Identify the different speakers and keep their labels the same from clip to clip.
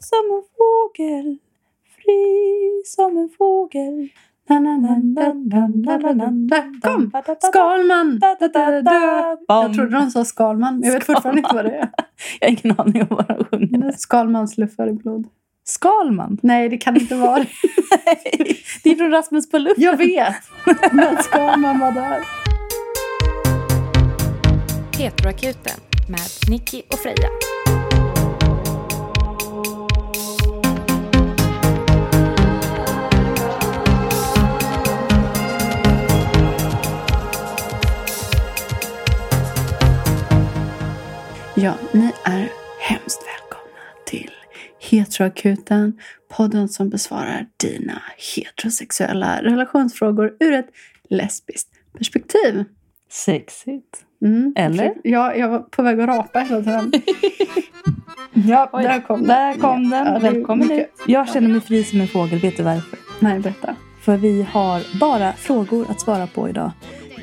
Speaker 1: som en fågel, fri som en fågel. Na, na, na, na, na, na, na, na, na.
Speaker 2: Kom!
Speaker 1: Skal!
Speaker 2: Skalman!
Speaker 1: Da, da, da, da, bam.
Speaker 2: Jag trodde de sa Skalman, men jag vet fortfarande inte vad det är.
Speaker 1: Jag har ingen aning om vad de sjunger.
Speaker 2: Skalmans luffar i blod.
Speaker 1: Skalman?
Speaker 2: Nej, det kan inte vara det.
Speaker 1: Nej, det är från Rasmus på luft.
Speaker 2: Jag vet! Men Skalman var där.
Speaker 3: Petroakuten med Nicky och Freja.
Speaker 2: Ja, ni är hemskt välkomna till Heteroakuten, podden som besvarar dina heterosexuella relationsfrågor ur ett lesbiskt perspektiv.
Speaker 1: Sexigt.
Speaker 2: Mm.
Speaker 1: Eller?
Speaker 2: Ja, jag var på väg att rapa hela tiden. ja,
Speaker 1: Oj,
Speaker 2: där kom den.
Speaker 1: Där kom den.
Speaker 2: Ja, det är
Speaker 1: Välkommen ut.
Speaker 2: mycket-
Speaker 1: Jag känner mig fri som en fågel. Vet du varför?
Speaker 2: Nej, berätta.
Speaker 1: För vi har bara frågor att svara på idag.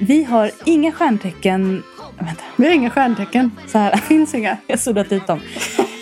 Speaker 1: Vi har inga stjärntecken. Vänta,
Speaker 2: Vi har inga stjärntecken.
Speaker 1: så här.
Speaker 2: Finns inga.
Speaker 1: Jag har suddat ut dem.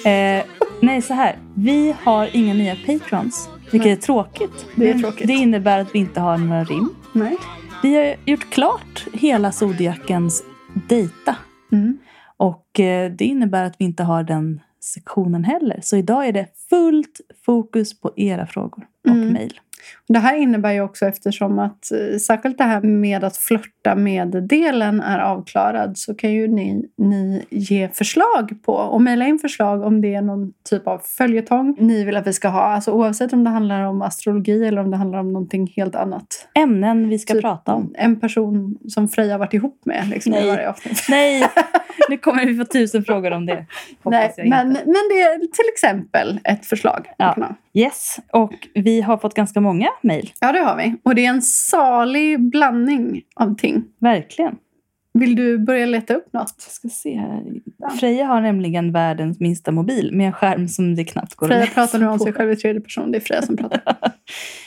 Speaker 1: Eh, nej, så här. Vi har inga nya patrons, vilket är tråkigt.
Speaker 2: Det är tråkigt.
Speaker 1: Det innebär att vi inte har några rim.
Speaker 2: Nej.
Speaker 1: Vi har gjort klart hela Zodiacens dejta.
Speaker 2: Mm.
Speaker 1: Och eh, det innebär att vi inte har den sektionen heller. Så idag är det fullt fokus på era frågor och
Speaker 2: Mm.
Speaker 1: mejl.
Speaker 2: Det här innebär ju också eftersom att eh, särskilt det här med att flörta med-delen är avklarad så kan ju ni, ni ge förslag på och mejla in förslag om det är någon typ av följetong ni vill att vi ska ha. Alltså oavsett om det handlar om astrologi eller om det handlar om någonting helt annat.
Speaker 1: Ämnen vi ska
Speaker 2: Typ-
Speaker 1: prata om.
Speaker 2: En person som Freja varit ihop med liksom,
Speaker 1: Nej.
Speaker 2: i varje avsnitt.
Speaker 1: Nej, nu kommer vi få tusen frågor om det. Hoppas
Speaker 2: Nej,
Speaker 1: jag inte.
Speaker 2: men, men det är till exempel ett förslag.
Speaker 1: Ja.
Speaker 2: man kan ha.
Speaker 1: Yes, och vi har fått ganska många mejl.
Speaker 2: ja, det har vi. Och det är en salig blandning av ting.
Speaker 1: Verkligen.
Speaker 2: Vill du börja leta upp något?
Speaker 1: Jag ska se här. Freja har nämligen världens minsta mobil med en skärm som det knappt går
Speaker 2: Freja
Speaker 1: läsa
Speaker 2: pratar nu om
Speaker 1: på.
Speaker 2: sig själv i tredje person. Det är Freja som pratar.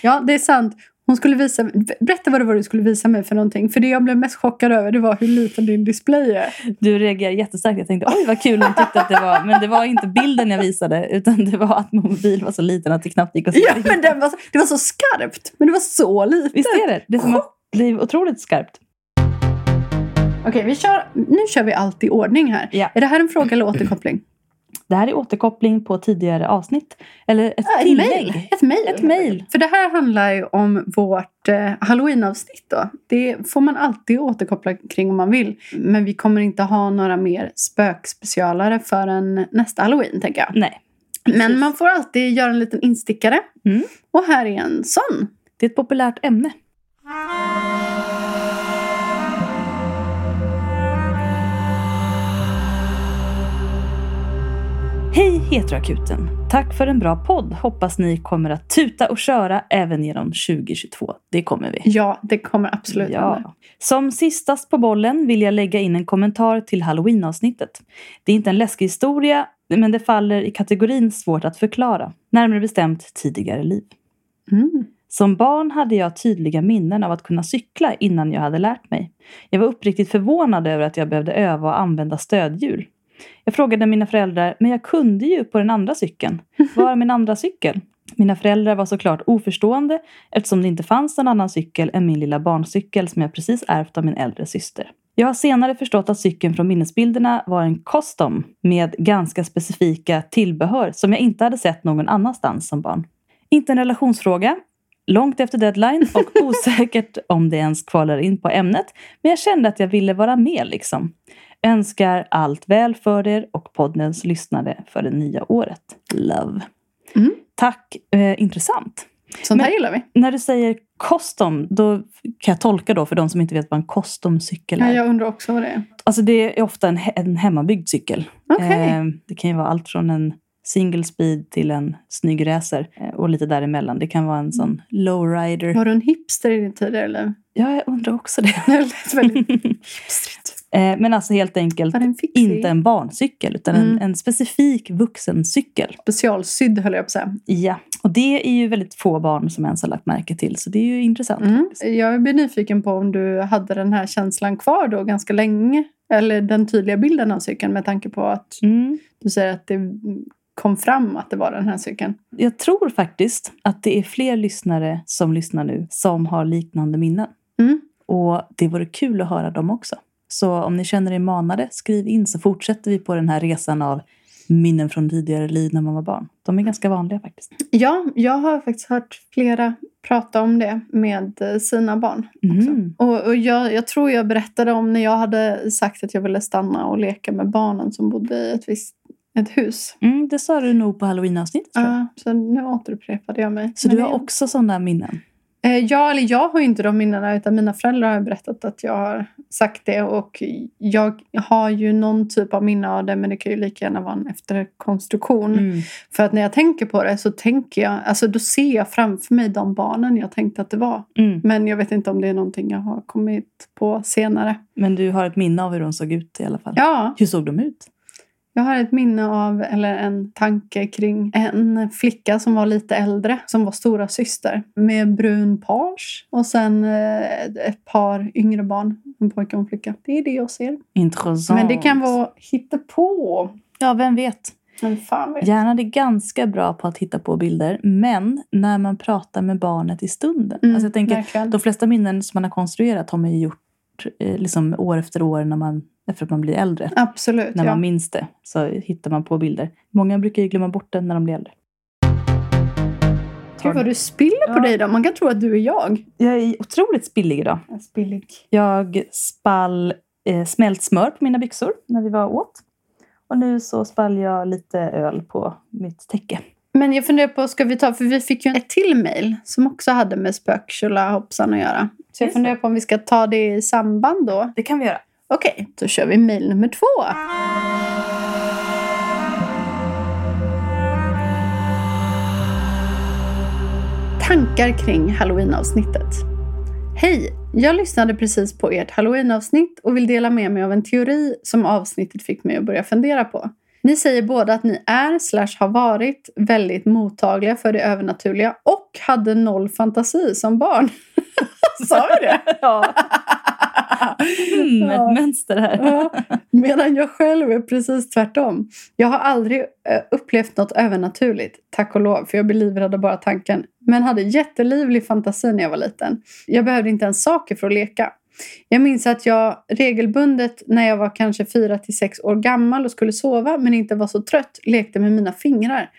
Speaker 2: Ja, det är sant. Hon skulle visa, berätta vad det var du skulle visa mig för någonting. För det jag blev mest chockad över det var hur liten din display är.
Speaker 1: Du reagerar jättestarkt. Jag tänkte oj vad kul hon tyckte att det var. Men det var inte bilden jag visade utan det var att min mobil var så liten att det knappt gick att se.
Speaker 2: Ja, men den var, så- det var så skarpt, men det var så lite.
Speaker 1: Visst är det? Det är, som att, det är otroligt skarpt.
Speaker 2: Okej, vi kör, nu kör vi allt i ordning här.
Speaker 1: Ja.
Speaker 2: Är det här en fråga eller återkoppling?
Speaker 1: Det här är återkoppling på tidigare avsnitt. Eller ett
Speaker 2: Ja, Ah, ett mejl.
Speaker 1: tillägg.
Speaker 2: Ett mejl.
Speaker 1: Ett mejl.
Speaker 2: För det här handlar ju om vårt eh, halloweenavsnitt. Då. Det får man alltid återkoppla kring om man vill. Men vi kommer inte ha några mer spökspecialare förrän nästa halloween, tänker jag.
Speaker 1: Nej,
Speaker 2: Men man får alltid göra en liten instickare.
Speaker 1: Mm.
Speaker 2: Och här är en sån.
Speaker 1: det är ett populärt ämne. Hej Heteroakuten! Tack för en bra podd. Hoppas ni kommer att tuta och köra även genom 2022. Det kommer vi.
Speaker 2: Ja, det kommer absolut hända.
Speaker 1: Ja. Som sistast på bollen vill jag lägga in en kommentar till halloween-avsnittet. Det är inte en läskig historia, men det faller i kategorin svårt att förklara. Närmare bestämt tidigare liv.
Speaker 2: Mm.
Speaker 1: Som barn hade jag tydliga minnen av att kunna cykla innan jag hade lärt mig. Jag var uppriktigt förvånad över att jag behövde öva och använda stödhjul. Jag frågade mina föräldrar, men jag kunde ju på den andra cykeln. Var är min andra cykel? Mina föräldrar var såklart oförstående eftersom det inte fanns någon annan cykel än min lilla barncykel som jag precis ärvt av min äldre syster. Jag har senare förstått att cykeln från minnesbilderna var en custom med ganska specifika tillbehör som jag inte hade sett någon annanstans som barn. Inte en relationsfråga, långt efter deadline och osäkert om det ens kvalar in på ämnet. Men jag kände att jag ville vara med liksom. Önskar allt väl för er och poddens lyssnare för det nya året. Love.
Speaker 2: Mm.
Speaker 1: Tack, eh, intressant.
Speaker 2: Sånt här
Speaker 1: Men-
Speaker 2: gillar vi.
Speaker 1: När du säger custom, då kan jag tolka då för de som inte vet vad en custom-cykel
Speaker 2: Ja,
Speaker 1: är.
Speaker 2: jag undrar också vad det är.
Speaker 1: Alltså det är ofta en, he- en hemmabyggd cykel.
Speaker 2: Okej.
Speaker 1: Eh, Det kan ju vara allt från en single speed till en snygg racer eh, och lite däremellan. Det kan vara en sån lowrider.
Speaker 2: Var du en hipster i din tidigare liv?
Speaker 1: Ja, jag undrar också det.
Speaker 2: Det lät väldigt hipstrigt.
Speaker 1: Eh, Men alltså helt enkelt
Speaker 2: Var det en fixig?
Speaker 1: inte en barncykel utan en,
Speaker 2: Mm.
Speaker 1: en specifik vuxencykel.
Speaker 2: Specialsydd höll jag på att säga.
Speaker 1: Ja, och det är ju väldigt få barn som ens har lagt märke till så det är ju intressant.
Speaker 2: Mm. Jag blir nyfiken på om du hade den här känslan kvar då ganska länge. Eller den tydliga bilden av cykeln med tanke på att
Speaker 1: Mm.
Speaker 2: du säger att det kom fram att det var den här cykeln.
Speaker 1: Jag tror faktiskt att det är fler lyssnare som lyssnar nu som har liknande minnen.
Speaker 2: Mm.
Speaker 1: Och det vore kul att höra dem också. Så om ni känner er manade, skriv in så fortsätter vi på den här resan av minnen från tidigare liv när man var barn. De är ganska vanliga faktiskt.
Speaker 2: Ja, jag har faktiskt hört flera prata om det med eh, sina barn. också.
Speaker 1: Mhm.
Speaker 2: Och, och jag, jag tror jag berättade om när jag hade sagt att jag ville stanna och leka med barnen som bodde i ett visst ett hus.
Speaker 1: Mm, det sa du nog på halloweenavsnittet tror jag.
Speaker 2: Ja, så nu återupprepade jag mig.
Speaker 1: Så
Speaker 2: Men
Speaker 1: du har
Speaker 2: det-
Speaker 1: också sådana minnen?
Speaker 2: Eh, Ja, eller jag har ju inte de minnena utan mina föräldrar har berättat att jag har sagt det och jag har ju någon typ av minne av det men det kan ju lika gärna vara en efterkonstruktion.
Speaker 1: Mm.
Speaker 2: För att när jag tänker på det så tänker jag, alltså då ser jag framför mig de barnen jag tänkte att det var.
Speaker 1: Mm.
Speaker 2: Men jag vet inte om det är någonting jag har kommit på senare.
Speaker 1: Men du har ett minne av hur de såg ut i alla fall?
Speaker 2: Ja,
Speaker 1: Hur såg de ut?
Speaker 2: jag har ett minne av, eller en tanke kring en flicka som var lite äldre, som var stora syster med brun page och sen eh, ett par yngre barn, en pojke och en flicka. Det är det jag ser.
Speaker 1: Intressant.
Speaker 2: Men det kan vara hittepå.
Speaker 1: Ja, vem vet?
Speaker 2: Men fan vet
Speaker 1: Hjärnan är ganska bra på att hitta på bilder, men när man pratar med barnet i stunden.
Speaker 2: Mm,
Speaker 1: alltså jag tänker,
Speaker 2: verkligen.
Speaker 1: de flesta minnen som man har konstruerat har man ju gjort eh, liksom år efter år när man, efter att man blir äldre.
Speaker 2: Absolut,
Speaker 1: När
Speaker 2: ja.
Speaker 1: man minns det så hittar man på bilder. Många brukar ju glömma bort det när de blir äldre.
Speaker 2: Gud vad du spiller på
Speaker 1: Ja.
Speaker 2: dig då. Man kan tro att du är jag.
Speaker 1: Jag är otroligt spillig idag.
Speaker 2: Spillig.
Speaker 1: Jag spall eh, smält smör på mina byxor när vi var åt. Och nu så spall jag lite öl på mitt täcke.
Speaker 2: Men jag funderar på, ska vi ta, för vi fick ju ett till mejl som också hade med spökkjula hoppsan att göra. Så jag
Speaker 1: Just
Speaker 2: funderar på om vi ska ta det i samband då.
Speaker 1: Det kan vi göra.
Speaker 2: Okej, då kör vi mejl nummer två. Tankar kring halloweenavsnittet. Hej! Jag lyssnade precis på ert halloweenavsnitt och vill dela med mig av en teori som avsnittet fick mig att börja fundera på. Ni säger båda att ni är slash har varit väldigt mottagliga för det övernaturliga och hade noll fantasi som barn. Sa vi det?
Speaker 1: Ja. Mm,
Speaker 2: Ja.
Speaker 1: ett mönster här.
Speaker 2: Ja, medan jag själv är precis tvärtom. Jag har aldrig eh, upplevt något övernaturligt, tack och lov, för jag blir livrädd av bara tanken. Men hade jättelivlig fantasi när jag var liten. Jag behövde inte ens saker för att leka. Jag minns att jag regelbundet när jag var kanske 4 till 6 år gammal och skulle sova men inte var så trött lekte med mina fingrar.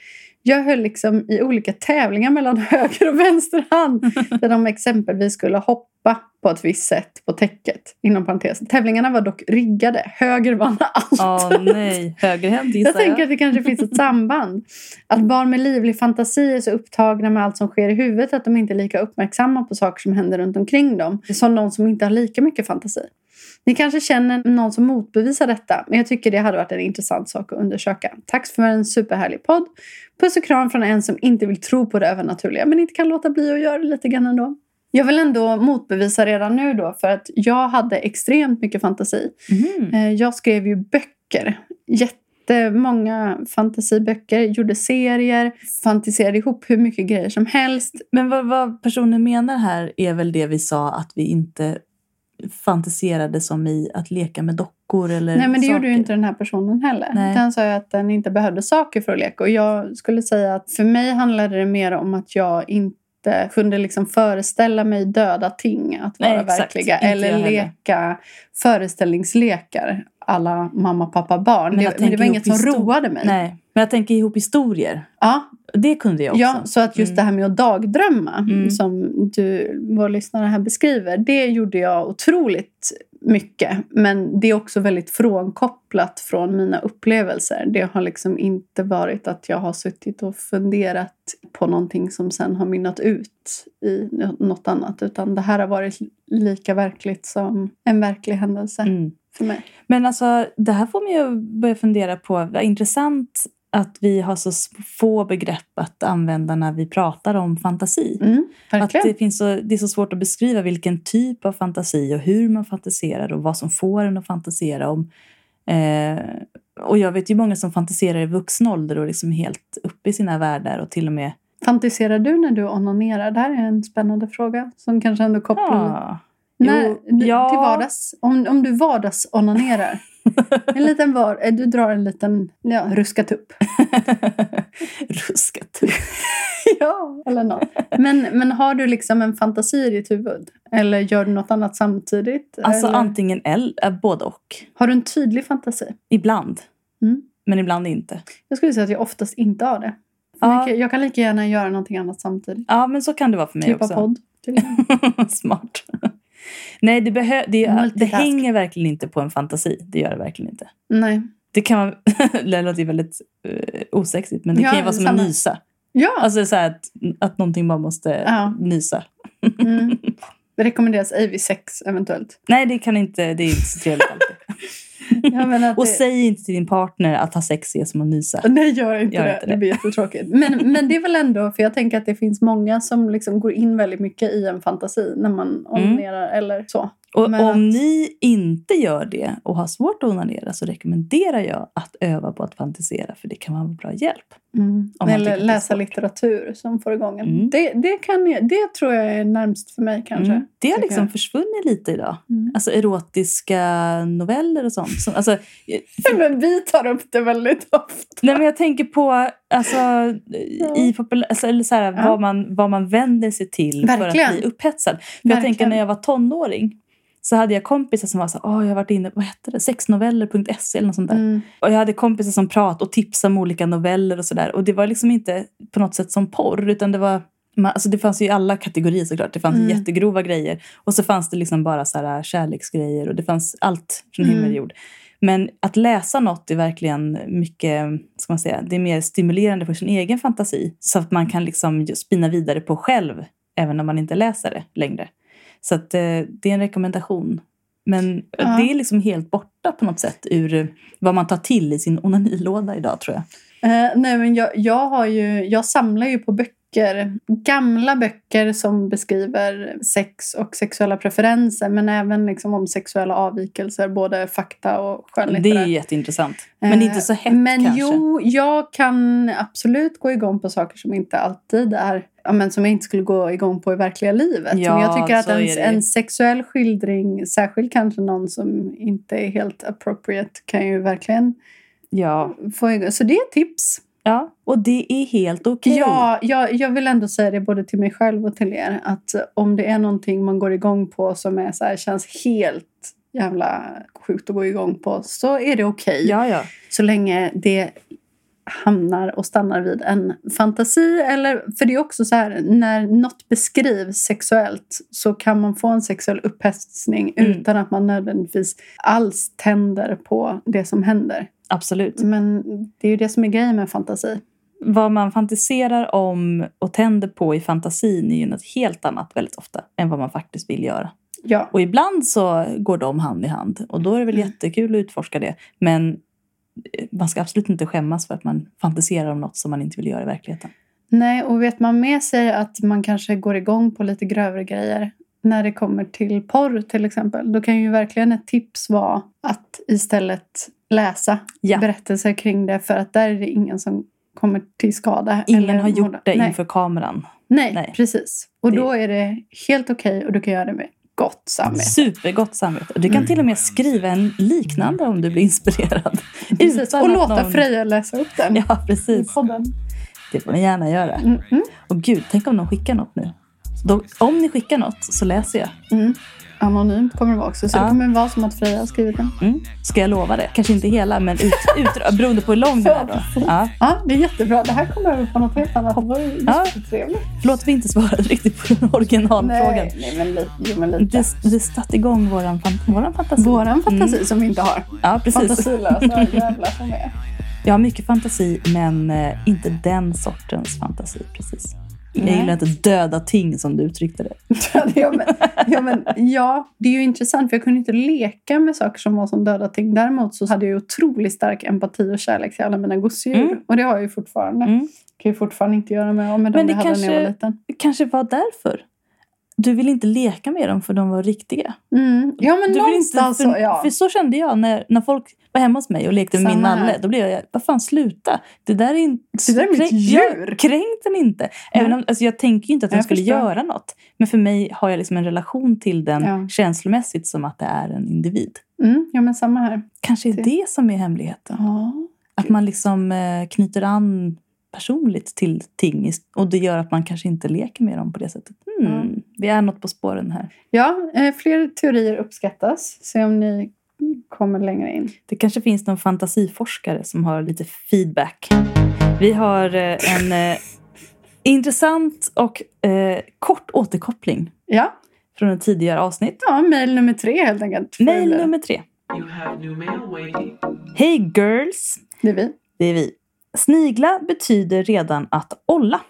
Speaker 2: Jag höll liksom i olika tävlingar mellan höger och vänster hand där de exempelvis skulle hoppa på ett visst sätt på täcket. Inom parentes. Tävlingarna var dock riggade. Höger vann allt.
Speaker 1: Åh nej, högerhänt gissar
Speaker 2: Jag
Speaker 1: jag.
Speaker 2: tänker att det kanske finns ett samband. Att barn med livlig fantasi är så upptagna med allt som sker i huvudet att de inte är lika uppmärksamma på saker som händer runt omkring dem som någon som inte har lika mycket fantasi. Ni kanske känner någon som motbevisar detta, men jag tycker det hade varit en intressant sak att undersöka. Tack för en superhärlig podd. Puss och kram från en som inte vill tro på det övernaturliga, men inte kan låta bli att göra det lite grann ändå. Jag vill ändå motbevisa redan nu då, för att jag hade extremt mycket fantasi.
Speaker 1: Mhm.
Speaker 2: Eh, Jag skrev ju böcker. Jättemånga fantasiböcker. Gjorde serier. Fantiserade ihop hur mycket grejer som helst.
Speaker 1: Men vad, vad personen menar här är väl det vi sa att vi inte fantiserade som i att leka med dockor eller
Speaker 2: Nej, men det
Speaker 1: Eh, saker.
Speaker 2: gjorde ju inte den här personen heller.
Speaker 1: Nej.
Speaker 2: Den sa ju att den inte behövde saker för att leka. Och jag skulle säga att för mig handlade det mer om att jag inte kunde liksom föreställa mig döda ting att vara
Speaker 1: Nej, exakt.
Speaker 2: verkliga.
Speaker 1: Inte jag
Speaker 2: Eller
Speaker 1: heller.
Speaker 2: leka föreställningslekar alla mamma, pappa,
Speaker 1: Men
Speaker 2: barn. Men
Speaker 1: jag
Speaker 2: det, men
Speaker 1: tänker
Speaker 2: det var inget som
Speaker 1: ihop histor-
Speaker 2: roade mig.
Speaker 1: Nej, men jag tänker ihop historier.
Speaker 2: Ja,
Speaker 1: Det kunde jag också.
Speaker 2: Ja, så att just
Speaker 1: Mm.
Speaker 2: det här med att dagdrömma
Speaker 1: Mm.
Speaker 2: som du, vår lyssnare här beskriver, det gjorde jag otroligt mycket. Men det är också väldigt frånkopplat från mina upplevelser. Det har liksom inte varit att jag har suttit och funderat på någonting som sen har mynnat ut i nå- något annat. Utan det här har varit lika verkligt som en verklig händelse
Speaker 1: Mm.
Speaker 2: för mig.
Speaker 1: Men alltså, det här får mig ju börja fundera på. Vad intressant att vi har så s- få begrepp att använda när vi pratar om fantasi.
Speaker 2: Mm,
Speaker 1: Att
Speaker 2: verkligen.
Speaker 1: det, finns så, det är så svårt att beskriva vilken typ av fantasi och hur man fantiserar och vad som får en att fantisera om. Eh, och jag vet ju många som fantiserar i vuxen ålder och liksom är helt uppe i sina världar och till och med...
Speaker 2: Fantiserar du när du onanerar? Det här är en spännande fråga som kanske ändå kopplar
Speaker 1: Ja. Jo,
Speaker 2: Nej, du-
Speaker 1: ja.
Speaker 2: till vardags. Om, om du vardagsonanerar. En liten var, eh, du drar en liten ja, ruskatupp.
Speaker 1: Ruskat.
Speaker 2: ja, eller något. Men, men har du liksom en fantasi i ditt huvud? Eller gör du något annat samtidigt?
Speaker 1: Alltså
Speaker 2: eller,
Speaker 1: antingen eller, både och.
Speaker 2: har du en tydlig fantasi?
Speaker 1: Ibland.
Speaker 2: Mm.
Speaker 1: Men ibland inte.
Speaker 2: Jag skulle säga att jag oftast inte har det. För
Speaker 1: Ja.
Speaker 2: mycket- Jag kan lika gärna göra någonting annat samtidigt.
Speaker 1: Ja, men så kan det vara för mig
Speaker 2: Typ av
Speaker 1: också.
Speaker 2: podd. till exempel.
Speaker 1: Smart. Nej, det, behö- det, det
Speaker 2: Multitask.
Speaker 1: hänger verkligen inte på en fantasi. Det gör det verkligen inte.
Speaker 2: Nej.
Speaker 1: Det kan vara, det låter ju väldigt eh, osexigt, men det
Speaker 2: Ja,
Speaker 1: kan ju vara som
Speaker 2: samma.
Speaker 1: att nysa.
Speaker 2: Ja!
Speaker 1: Alltså så här att, att någonting bara måste
Speaker 2: Ja.
Speaker 1: nysa.
Speaker 2: Mm. Det rekommenderas AV6 eventuellt.
Speaker 1: Nej, det kan inte, det är inte så trevligt alltid.
Speaker 2: Jag menar att
Speaker 1: Och
Speaker 2: det-
Speaker 1: säg inte till din partner att ha sex är som att nysa.
Speaker 2: Nej, gör inte
Speaker 1: Gör
Speaker 2: det.
Speaker 1: inte
Speaker 2: det.
Speaker 1: det.
Speaker 2: blir jättetråkigt. Men, men det är väl ändå, för jag tänker att det finns många som liksom går in väldigt mycket i en fantasi när
Speaker 1: Mm.
Speaker 2: man onanerar eller så.
Speaker 1: Och
Speaker 2: Men
Speaker 1: om
Speaker 2: att-
Speaker 1: ni inte gör det och har svårt att onanera så rekommenderar jag att öva på att fantisera för det kan vara en bra hjälp.
Speaker 2: Mm.
Speaker 1: Om man tycker
Speaker 2: Eller
Speaker 1: att det är
Speaker 2: läsa
Speaker 1: svårt.
Speaker 2: litteratur som får igång en.
Speaker 1: Mm.
Speaker 2: Det, det, kan jag, det tror jag är närmst för mig kanske.
Speaker 1: Mm. Det har
Speaker 2: tycker
Speaker 1: liksom
Speaker 2: jag.
Speaker 1: försvunnit lite idag.
Speaker 2: Mm.
Speaker 1: Alltså erotiska noveller och sånt. Så, alltså,
Speaker 2: Mm. Men vi tar upp det väldigt ofta.
Speaker 1: nej men jag tänker på alltså, i populär, alltså, eller så här,
Speaker 2: Ja.
Speaker 1: vad, man, vad man vänder sig till
Speaker 2: Verkligen.
Speaker 1: för att bli upphetsad. För jag tänker
Speaker 2: Verkligen.
Speaker 1: när jag var tonåring så hade jag kompisar som var så här, "Åh, jag har varit inne på, vad hette det, sexnoveller.se E eller något sånt där.
Speaker 2: Mm.
Speaker 1: Och jag hade kompisar som pratade och tipsade om olika noveller och sådär. Och det var liksom inte på något sätt som porr utan det var man, alltså det fanns ju i alla kategorier såklart. Det fanns
Speaker 2: Mm.
Speaker 1: jättegrova grejer och så fanns det liksom bara så här kärleksgrejer och det fanns allt från
Speaker 2: Mm.
Speaker 1: himmel och jord. Men att läsa något är verkligen mycket, ska man säga, det är mer stimulerande för sin egen fantasi. Så att man kan liksom ju spinna vidare på själv även om man inte läser det längre. Så att, eh, det är en rekommendation. Men
Speaker 2: Ja.
Speaker 1: det är liksom helt borta på något sätt ur eh, vad man tar till i sin onanilåda idag tror jag.
Speaker 2: Eh, nej, men jag, jag, har ju, jag samlar ju på böcker. Gamla böcker som beskriver sex och sexuella preferenser men även liksom om sexuella avvikelser, både fakta och
Speaker 1: Det
Speaker 2: skönlitterärt.
Speaker 1: är ju jätteintressant. Men det är inte så hett
Speaker 2: Eh, Men
Speaker 1: kanske.
Speaker 2: jo, jag kan absolut gå igång på saker som inte alltid är ja, men som jag inte skulle gå igång på i verkliga livet.
Speaker 1: Ja,
Speaker 2: men jag tycker att
Speaker 1: så är
Speaker 2: en,
Speaker 1: det.
Speaker 2: en sexuell skildring, särskilt kanske någon som inte är helt appropriate, kan ju verkligen
Speaker 1: Ja.
Speaker 2: få igång. Så det är ett tips.
Speaker 1: ja, och det är helt okej.
Speaker 2: Ja, jag, jag vill ändå säga det både till mig själv och till er. Att om det är någonting man går igång på som är så här, känns helt jävla sjukt att gå igång på så är det okej.
Speaker 1: ja, ja.
Speaker 2: Så länge det hamnar och stannar vid en fantasi. Eller, för det är också så här, när något beskrivs sexuellt så kan man få en sexuell upphetsning
Speaker 1: Mm.
Speaker 2: utan att man nödvändigtvis alls tänder på det som händer.
Speaker 1: Absolut.
Speaker 2: Men det är ju det som är grejen med fantasi.
Speaker 1: Vad man fantiserar om och tänder på i fantasin är ju något helt annat väldigt ofta än vad man faktiskt vill göra.
Speaker 2: Ja.
Speaker 1: Och ibland så går de hand i hand och då är det väl
Speaker 2: Mm.
Speaker 1: jättekul att utforska det. Men eh, man ska absolut inte skämmas för att man fantiserar om något som man inte vill göra i verkligheten.
Speaker 2: Nej, och vet man med sig att man kanske går igång på lite grövre grejer när det kommer till porr till exempel, då kan ju verkligen ett tips vara att istället läsa
Speaker 1: Ja.
Speaker 2: berättelser kring det för att där är det ingen som kommer till skada.
Speaker 1: Ingen
Speaker 2: eller
Speaker 1: har gjort
Speaker 2: mår-
Speaker 1: det
Speaker 2: Nej,
Speaker 1: inför kameran.
Speaker 2: nej,
Speaker 1: nej.
Speaker 2: precis. Och
Speaker 1: Det-
Speaker 2: då är det helt okej och du kan göra det med gott samvete.
Speaker 1: Supergott samvete. Och Du
Speaker 2: Mm.
Speaker 1: kan till och med skriva en liknande om du blir inspirerad.
Speaker 2: Precis.
Speaker 1: Utan
Speaker 2: Och
Speaker 1: att
Speaker 2: låta
Speaker 1: någon-
Speaker 2: Freja läsa upp den
Speaker 1: Ja,
Speaker 2: i
Speaker 1: precis.
Speaker 2: podden.
Speaker 1: Det får ni gärna göra.
Speaker 2: Mm, mm,
Speaker 1: Och gud, tänk om de skickar något nu. De, om ni skickar något så läser jag.
Speaker 2: mm. Anonymt kommer det vara också, så
Speaker 1: Ja.
Speaker 2: det kommer vara som att Freja har skrivit den.
Speaker 1: Mm. Ska jag lova det? Kanske inte hela, men ut, ut, beroende på hur lång den är då. Ja.
Speaker 2: Ja, det är jättebra. Det här kommer över på något helt annat. Det var ju
Speaker 1: Ja.
Speaker 2: jättetrevligt.
Speaker 1: Förlåt att vi inte svarade riktigt på den originalfrågan.
Speaker 2: Nej, nej, men lite. Jo, men lite.
Speaker 1: Det, det satte igång våran, fan, våran fantasi.
Speaker 2: Våran fantasi som vi inte har.
Speaker 1: Ja, precis.
Speaker 2: Mm. Fantasilösa jävlar som vi är.
Speaker 1: Jag har mycket fantasi, men eh, inte den sortens fantasi. Precis.
Speaker 2: Nej.
Speaker 1: Jag gillar inte döda ting som du uttryckte det.
Speaker 2: ja, men, ja, men, ja, det är ju intressant för jag kunde inte leka med saker som var som döda ting. Däremot så hade jag ju otroligt stark empati och kärlek till alla mina gosedjur.
Speaker 1: Mm.
Speaker 2: Och det har jag ju fortfarande.
Speaker 1: Mm.
Speaker 2: kan ju fortfarande inte göra mig av med dem
Speaker 1: Men
Speaker 2: jag
Speaker 1: det
Speaker 2: hade när jag var
Speaker 1: kanske-
Speaker 2: liten.
Speaker 1: Det kanske var därför. du vill inte leka med dem för de var riktiga.
Speaker 2: Mm. Ja, men
Speaker 1: Du vill inte,
Speaker 2: någonstans så,
Speaker 1: för,
Speaker 2: ja.
Speaker 1: för så kände jag när, när folk var hemma hos mig och lekte med min
Speaker 2: Samma här.
Speaker 1: nalle. Då blev jag, vad fan sluta. Det där är, in,
Speaker 2: Det där är mitt djur.
Speaker 1: Jag, kränk den inte. Även om, alltså, jag tänker ju inte att den
Speaker 2: Jag
Speaker 1: skulle
Speaker 2: förstår.
Speaker 1: göra något. Men för mig har jag liksom en relation till den
Speaker 2: Ja.
Speaker 1: känslomässigt som att det är en individ.
Speaker 2: Mm, ja, men samma här.
Speaker 1: Kanske är
Speaker 2: Det-
Speaker 1: det som är hemligheten.
Speaker 2: Ja.
Speaker 1: Att man liksom eh, knyter an personligt till ting i- och det gör att man kanske inte leker med dem på det sättet. Hmm,
Speaker 2: Mm.
Speaker 1: Vi är något på spåren här.
Speaker 2: Ja, eh, fler teorier uppskattas. Se om ni kommer längre in.
Speaker 1: Det kanske finns någon fantasiforskare som har lite feedback. Vi har eh, en eh, intressant och eh, kort återkoppling
Speaker 2: Ja,
Speaker 1: från ett tidigare avsnitt.
Speaker 2: ja mejl nummer tre helt enkelt. får det
Speaker 1: Mail
Speaker 2: bli.
Speaker 1: nummer tre.
Speaker 4: You have new mail waiting.
Speaker 1: Hej girls!
Speaker 2: Det är vi.
Speaker 1: Det är vi. Snigla betyder redan att olla.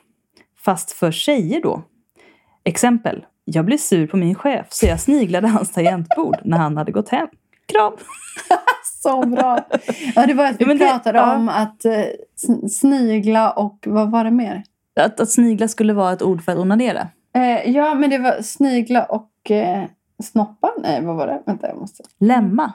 Speaker 1: Fast för tjejer då. Exempel. Jag blev sur på min chef så jag sniglade hans tangentbord när han hade gått hem. Kram!
Speaker 2: Så bra! Ja, det var att vi
Speaker 1: Ja, men det-
Speaker 2: pratade
Speaker 1: ja.
Speaker 2: om att eh, sn- snigla och vad var det mer?
Speaker 1: Att, att snigla skulle vara ett ord för att onanera.
Speaker 2: Eh, ja, men det var snigla och eh, snoppa. Nej, vad var det? Vänta, jag måste...
Speaker 1: Lämma.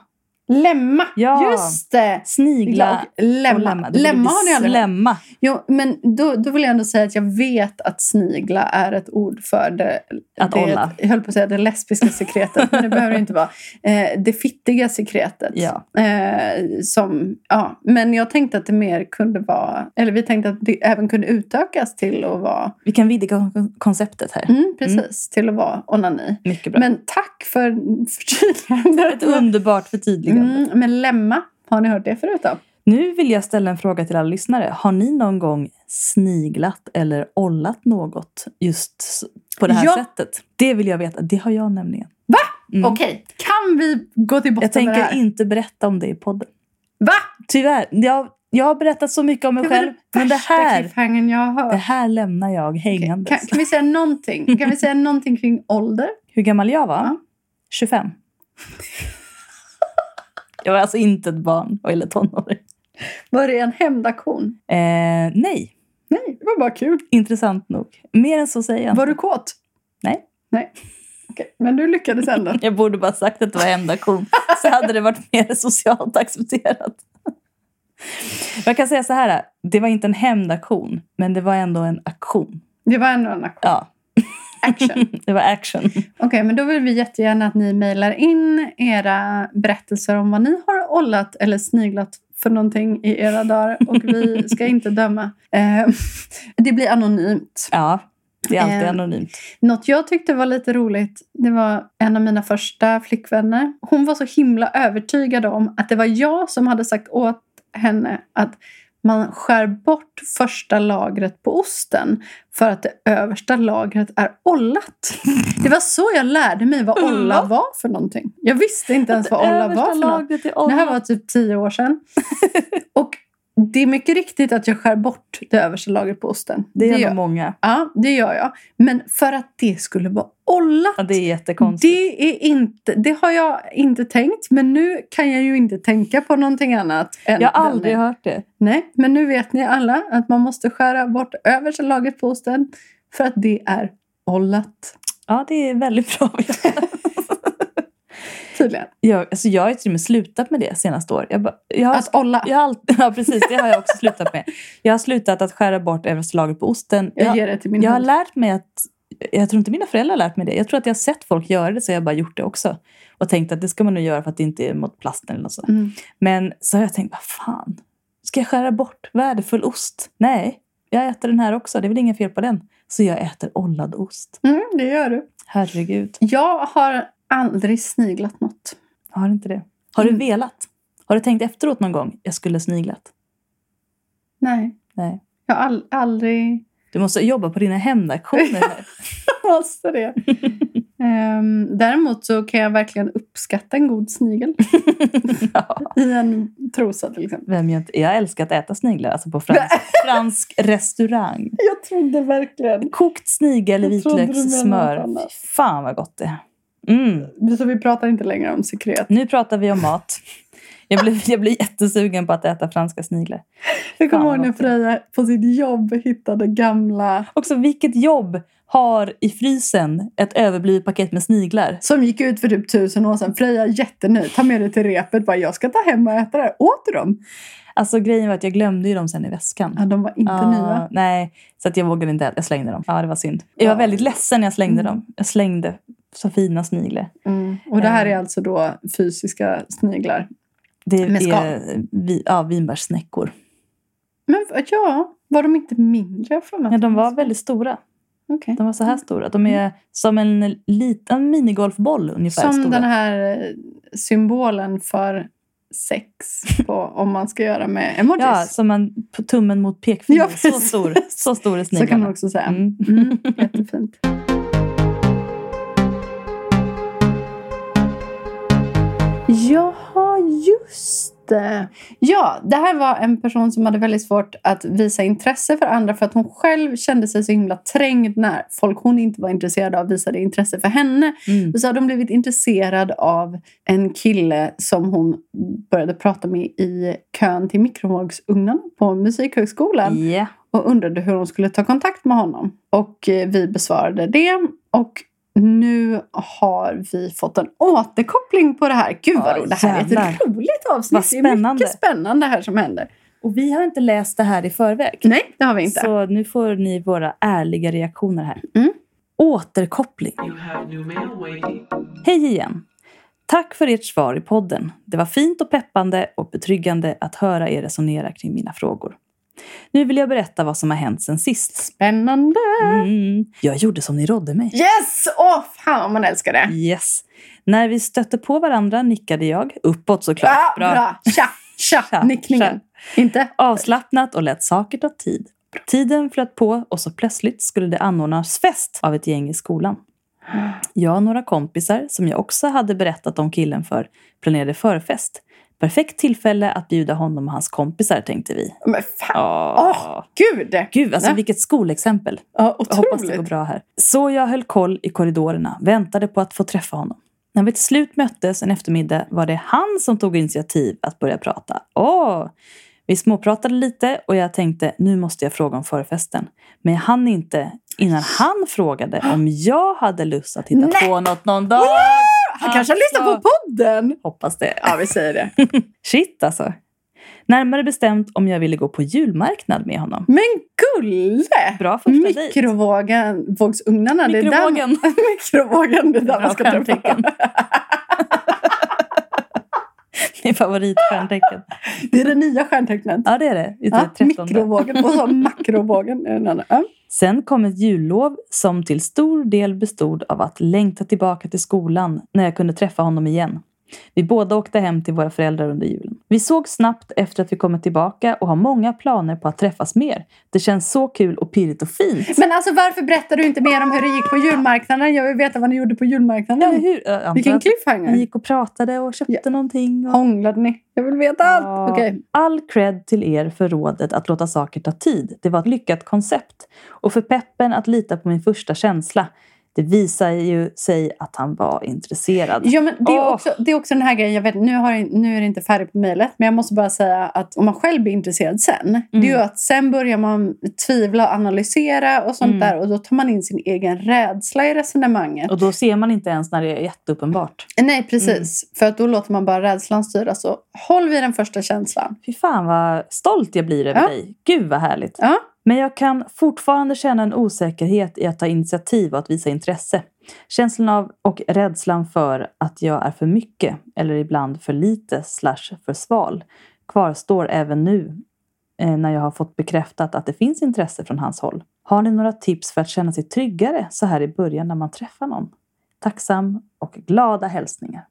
Speaker 2: Lämma!
Speaker 1: Ja.
Speaker 2: Just det!
Speaker 1: Snigla
Speaker 2: och lämma.
Speaker 1: och lämma.
Speaker 2: lämma.
Speaker 1: Det blir
Speaker 2: har ni aldrig
Speaker 1: Slämma.
Speaker 2: Jo, men då, då vill jag ändå säga att jag vet att snigla är ett ord för det...
Speaker 1: Att
Speaker 2: det
Speaker 1: olla.
Speaker 2: Jag höll på att säga det lesbiska sekretet, men det behöver det inte vara. Eh, det fittiga sekretet.
Speaker 1: Ja.
Speaker 2: Eh, som, ja. Men jag tänkte att det mer kunde vara... Eller vi tänkte att det även kunde utökas till att vara...
Speaker 1: Vi kan vidga kon- konceptet här.
Speaker 2: Mm, precis, till att vara onani.
Speaker 1: Mycket bra.
Speaker 2: Men tack för förtydligandet.
Speaker 1: ett underbart förtydligande.
Speaker 2: Mm, men lämma, har ni hört det förut då?
Speaker 1: Nu vill jag ställa en fråga till alla lyssnare. Har ni någon gång sniglat eller ollat något just s- på det här
Speaker 2: Ja.
Speaker 1: sättet? Det vill jag veta. Det har jag nämligen.
Speaker 2: Va?
Speaker 1: Mm.
Speaker 2: Okej. Kan vi gå till botten
Speaker 1: Jag
Speaker 2: med det
Speaker 1: tänker
Speaker 2: här?
Speaker 1: inte berätta om det i podden.
Speaker 2: Va?
Speaker 1: Tyvärr. Jag, jag har berättat så mycket om mig
Speaker 2: Det var
Speaker 1: själv.
Speaker 2: den
Speaker 1: Men det
Speaker 2: värsta
Speaker 1: här,
Speaker 2: cliffhangern jag har
Speaker 1: det
Speaker 2: hört.
Speaker 1: här lämnar jag hängandes.
Speaker 2: Kan, kan vi säga någonting? Kan vi säga någonting kring ålder?
Speaker 1: Hur gammal jag var?
Speaker 2: Ja.
Speaker 1: 25. Jag var alltså inte ett barn eller tonåring.
Speaker 2: Var det en hämndaktion?
Speaker 1: Eh, nej,
Speaker 2: Nej, det var bara kul.
Speaker 1: intressant nog. Mer än så säger jag
Speaker 2: Var
Speaker 1: inte.
Speaker 2: du kåt?
Speaker 1: Nej.
Speaker 2: Nej. Okej, Men du lyckades ändå.
Speaker 1: Jag borde bara sagt att det var hämndaktion. Så hade det varit mer socialt accepterat. Jag kan säga så här. Det var inte en hämndaktion, men det var ändå en aktion.
Speaker 2: Det var ändå en aktion.
Speaker 1: Ja,
Speaker 2: action.
Speaker 1: det var action.
Speaker 2: Okej, men då vill vi jättegärna att ni mejlar in era berättelser om vad ni har ollat eller sniglat för någonting i era dagar. Och vi ska inte döma. Eh, det blir anonymt.
Speaker 1: Ja, det är alltid
Speaker 2: Eh,
Speaker 1: anonymt.
Speaker 2: Något jag tyckte var lite roligt, det var en av mina första flickvänner. Hon var så himla övertygad om att det var jag som hade sagt åt henne att man skär bort första lagret på osten för att det översta lagret är ollat. Det var så jag lärde mig vad olla
Speaker 1: Va?
Speaker 2: var för någonting. Jag visste inte ens vad olla var för något.
Speaker 1: lagret är
Speaker 2: Det här var typ tio år sedan. Och det är mycket riktigt att jag skär bort det översta lagret på osten.
Speaker 1: Det
Speaker 2: gör
Speaker 1: är nog många.
Speaker 2: Ja, det gör jag. Men för att det skulle vara ollat.
Speaker 1: Ja, det är jättekonstigt.
Speaker 2: det, är inte, det har jag inte tänkt, men nu kan jag ju inte tänka på någonting annat. Än
Speaker 1: Jag har
Speaker 2: den-
Speaker 1: aldrig hört det.
Speaker 2: Nej, men nu vet ni alla att man måste skära bort översta lagret på osten för att det är ollat.
Speaker 1: Ja, det är väldigt bra.
Speaker 2: Tydligen.
Speaker 1: Jag, alltså jag har ju till och med slutat med det senaste år. Jag, bara- jag, har,
Speaker 2: Att olla.
Speaker 1: jag har alltid, ja, precis. Det har jag också slutat med. Jag har slutat att skära bort översta lagret på osten.
Speaker 2: Jag
Speaker 1: Jag,
Speaker 2: ger det till min
Speaker 1: jag har
Speaker 2: hund.
Speaker 1: lärt mig att... Jag tror inte mina föräldrar har lärt mig det. Jag tror att jag har sett folk göra det så jag har bara gjort det också. Och tänkt att det ska man nog göra för att det inte är mot plasten eller något sånt.
Speaker 2: Mm.
Speaker 1: Men så har jag tänkt, vad fan. Ska jag skära bort värdefull ost? Nej, jag äter den här också. Det är väl inget fel på den. Så jag äter ollad ost.
Speaker 2: Mm, det gör du.
Speaker 1: Herregud.
Speaker 2: Jag har aldrig sniglat något.
Speaker 1: Har inte det. Har du
Speaker 2: Mm.
Speaker 1: velat? Har du tänkt efteråt någon gång? Jag skulle sniglat.
Speaker 2: Nej.
Speaker 1: Nej.
Speaker 2: Jag har all, aldrig...
Speaker 1: Du måste jobba på dina hämndaktioner. här.
Speaker 2: Måste Alltså det. Ehm, däremot så kan jag verkligen uppskatta en god snigel.
Speaker 1: ja.
Speaker 2: I en trosa till exempel.
Speaker 1: Vem jag, inte, jag älskar att äta sniglar, alltså på fransk, fransk restaurang.
Speaker 2: Jag trodde verkligen.
Speaker 1: Kokt snigel i
Speaker 2: Jag trodde du
Speaker 1: vitlökssmör.
Speaker 2: menade något
Speaker 1: Fy
Speaker 2: annat.
Speaker 1: fan vad gott det är. Mm.
Speaker 2: Så vi pratar inte längre om sekret.
Speaker 1: Nu pratar vi om mat. Jag blir, jag blir jättesugen på att äta franska sniglar.
Speaker 2: Jag kommer
Speaker 1: Fan,
Speaker 2: ihåg
Speaker 1: vad
Speaker 2: när
Speaker 1: gott.
Speaker 2: Freja på sitt jobb hittade gamla
Speaker 1: Också vilket jobb har i frysen ett överblivet paket med sniglar?
Speaker 2: som gick ut för typ tusen år sedan. Freja jättenöjd, ta med det till repet. Bara, jag ska ta hem och äta det. här." Åt du dem?
Speaker 1: Alltså grejen var att jag glömde ju dem sen i väskan.
Speaker 2: Ja, de var inte
Speaker 1: Ah,
Speaker 2: nya.
Speaker 1: Nej, så att jag vågade inte äta. Jag slängde dem. Ja, det var synd. Jag
Speaker 2: Ja.
Speaker 1: var väldigt ledsen när jag slängde
Speaker 2: Mm.
Speaker 1: dem. Jag slängde så fina sniglar.
Speaker 2: Och det här
Speaker 1: Eh.
Speaker 2: är alltså då fysiska sniglar.
Speaker 1: Det
Speaker 2: Med skal.
Speaker 1: är vi, ja, vinbärssnäckor.
Speaker 2: Men ja, var de inte mindre? Jag får mig
Speaker 1: Ja,
Speaker 2: att
Speaker 1: de var väldigt stora.
Speaker 2: Okej.
Speaker 1: De var så här stora. De är som en liten minigolfboll ungefär.
Speaker 2: Som
Speaker 1: stora.
Speaker 2: den här eh, symbolen för sex på, om man ska göra med emojis.
Speaker 1: Ja, som en p- tummen mot pekfingret.
Speaker 2: Ja,
Speaker 1: så
Speaker 2: precis.
Speaker 1: stor, så stor är
Speaker 2: så kan
Speaker 1: sniglarna.
Speaker 2: man också säga.
Speaker 1: Mm.
Speaker 2: Mm, jättefint. Jaha, just det. Ja, det här var en person som hade väldigt svårt att visa intresse för andra för att hon själv kände sig så himla trängd när folk hon inte var intresserad av visade intresse för henne.
Speaker 1: Mm.
Speaker 2: Och så hade hon blivit intresserad av en kille som hon började prata med i kön till mikrovågsugnen på Musikhögskolan
Speaker 1: Ja.
Speaker 2: och undrade hur hon skulle ta kontakt med honom. Och eh, vi besvarade det. Och nu har vi fått en återkoppling på det här. Gud vad
Speaker 1: Ja,
Speaker 2: roligt. Det här är ett
Speaker 1: jävlar.
Speaker 2: roligt avsnitt.
Speaker 1: Vad
Speaker 2: Det är
Speaker 1: spännande.
Speaker 2: mycket spännande här som händer.
Speaker 1: Och vi har inte läst det här i förväg.
Speaker 2: Nej, det har vi inte.
Speaker 1: Så nu får ni våra ärliga reaktioner här.
Speaker 2: Mm.
Speaker 1: Återkoppling.
Speaker 4: You have new mail waiting.
Speaker 1: Hej igen! Tack för ert svar i podden. Det var fint och peppande och betryggande att höra er resonera kring mina frågor. Nu vill jag berätta vad som har hänt sen sist.
Speaker 2: Spännande.
Speaker 1: Mm. Jag gjorde som ni rådde mig.
Speaker 2: Yes! Åh, fan vad man älskar det.
Speaker 1: Yes. När vi stötte på varandra nickade jag, uppåt
Speaker 2: Bra,
Speaker 1: såklart,
Speaker 2: bra. Tja, tja,
Speaker 1: Tja,
Speaker 2: nickningen. Inte?
Speaker 1: avslappnat och lät saker ta tid. Tiden flöt på och så plötsligt skulle det anordnas fest av ett gäng i skolan. Jag och några kompisar, som jag också hade berättat om killen för, planerade förfest. Perfekt tillfälle att bjuda honom och hans kompisar, tänkte vi.
Speaker 2: Men fan,
Speaker 1: Åh.
Speaker 2: Åh. gud!
Speaker 1: Gud, alltså
Speaker 2: Ah. Ja.
Speaker 1: vilket skolexempel.
Speaker 2: Ja,
Speaker 1: Jag hoppas det går
Speaker 2: otroligt.
Speaker 1: bra här. Så jag höll koll i korridorerna, väntade på att få träffa honom. När vi till slut möttes en eftermiddag var det han som tog initiativ att börja prata. Åh! Vi småpratade lite och jag tänkte nu måste jag fråga om förfesten. Men jag hann inte innan han frågade om jag hade lust att hitta
Speaker 2: Nej.
Speaker 1: på något någon dag.
Speaker 2: Han kanske har
Speaker 1: Alltså.
Speaker 2: lyssnat på podden.
Speaker 1: Hoppas det.
Speaker 2: Ja, vi säger det.
Speaker 1: Shit alltså. Närmare bestämt om jag ville gå på julmarknad med honom.
Speaker 2: Men gulle!
Speaker 1: Bra första dejt.
Speaker 2: Mikrovågen, vågsugnarna. det är där man-
Speaker 1: Mikrovågen.
Speaker 2: Mikrovågen, det är där
Speaker 1: Bra
Speaker 2: man ska träffa.
Speaker 1: stjärntecken. Min favoritstjärntecken.
Speaker 2: Det är det nya stjärntecknet.
Speaker 1: Ja, det är det. typ Utav
Speaker 2: Ja,
Speaker 1: 13.
Speaker 2: mikrovågen och så makrovågen. är den andra. Ja.
Speaker 1: Sen kom ett jullov som till stor del bestod av att längta tillbaka till skolan när jag kunde träffa honom igen. Vi båda åkte hem till våra föräldrar under julen. Vi såg snabbt efter att vi kommit tillbaka och har många planer på att träffas mer. Det känns så kul och pirrigt och fint.
Speaker 2: Men alltså varför berättar du inte mer om hur det gick på julmarknaden? Jag vill veta vad ni gjorde på
Speaker 1: Eller
Speaker 2: julmarknaden.
Speaker 1: hur? Jag antar
Speaker 2: Vilken
Speaker 1: att
Speaker 2: cliffhanger.
Speaker 1: Ni gick och pratade och köpte någonting. Och...
Speaker 2: Hånglade ni? Jag vill veta allt.
Speaker 1: Ja.
Speaker 2: Okej.
Speaker 1: All cred till er för rådet att låta saker ta tid. Det var ett lyckat koncept. Och för peppen att lita på min första känsla. Det visar ju sig att han var intresserad.
Speaker 2: Ja, men det, är
Speaker 1: Åh.
Speaker 2: också, det är också den här grejen, jag vet, nu, har, nu är det inte färdigt på mejlet, men jag måste bara säga att om man själv blir intresserad sen, det är ju
Speaker 1: Mm.
Speaker 2: att sen börjar man tvivla och analysera och sånt
Speaker 1: Mm.
Speaker 2: där och då tar man in sin egen rädsla i resonemanget.
Speaker 1: Och då ser man inte ens när det är jätteuppenbart.
Speaker 2: Nej, precis.
Speaker 1: Mm.
Speaker 2: För att då låter man bara rädslan styra. Så håll vid den första känslan.
Speaker 1: Fy fan vad stolt jag blir över
Speaker 2: Ja.
Speaker 1: dig. Gud vad härligt.
Speaker 2: Ja.
Speaker 1: Men jag kan fortfarande känna en osäkerhet i att ta initiativ och att visa intresse. Känslan av och rädslan för att jag är för mycket eller ibland för lite slash för sval kvarstår även nu eh, när jag har fått bekräftat att det finns intresse från hans håll. Har ni några tips för att känna sig tryggare så här i början när man träffar någon? Tacksam och glada hälsningar.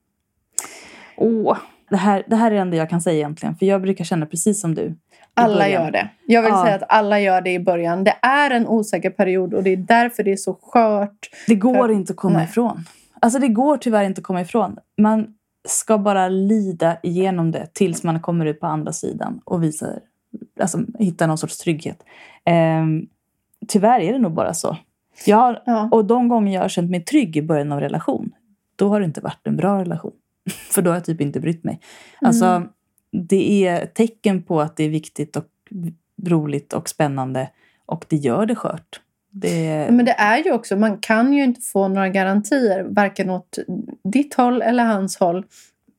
Speaker 1: Åh, det här, det här är det enda jag kan säga egentligen för jag brukar känna precis som du. i
Speaker 2: Alla
Speaker 1: början.
Speaker 2: gör det. Jag vill
Speaker 1: Ja.
Speaker 2: säga att alla gör det i början. Det är en osäker period och det är därför det är så skört.
Speaker 1: Det går
Speaker 2: För-
Speaker 1: inte att komma
Speaker 2: nej.
Speaker 1: ifrån. Alltså det går tyvärr inte att komma ifrån. Man ska bara lida igenom det tills man kommer ut på andra sidan och visar, alltså, hittar någon sorts trygghet. Ehm, tyvärr är det nog bara så. Jag har,
Speaker 2: Ja.
Speaker 1: och de gånger jag har känt mig trygg i början av
Speaker 2: Mm.
Speaker 1: en relation, då har det inte varit en bra relation. För då har jag typ inte brytt mig. Alltså, det är ett tecken på att det är viktigt och roligt och spännande och det gör det skört. Det,
Speaker 2: Men det är ju också, man kan ju inte få några garantier varken åt ditt håll eller hans håll.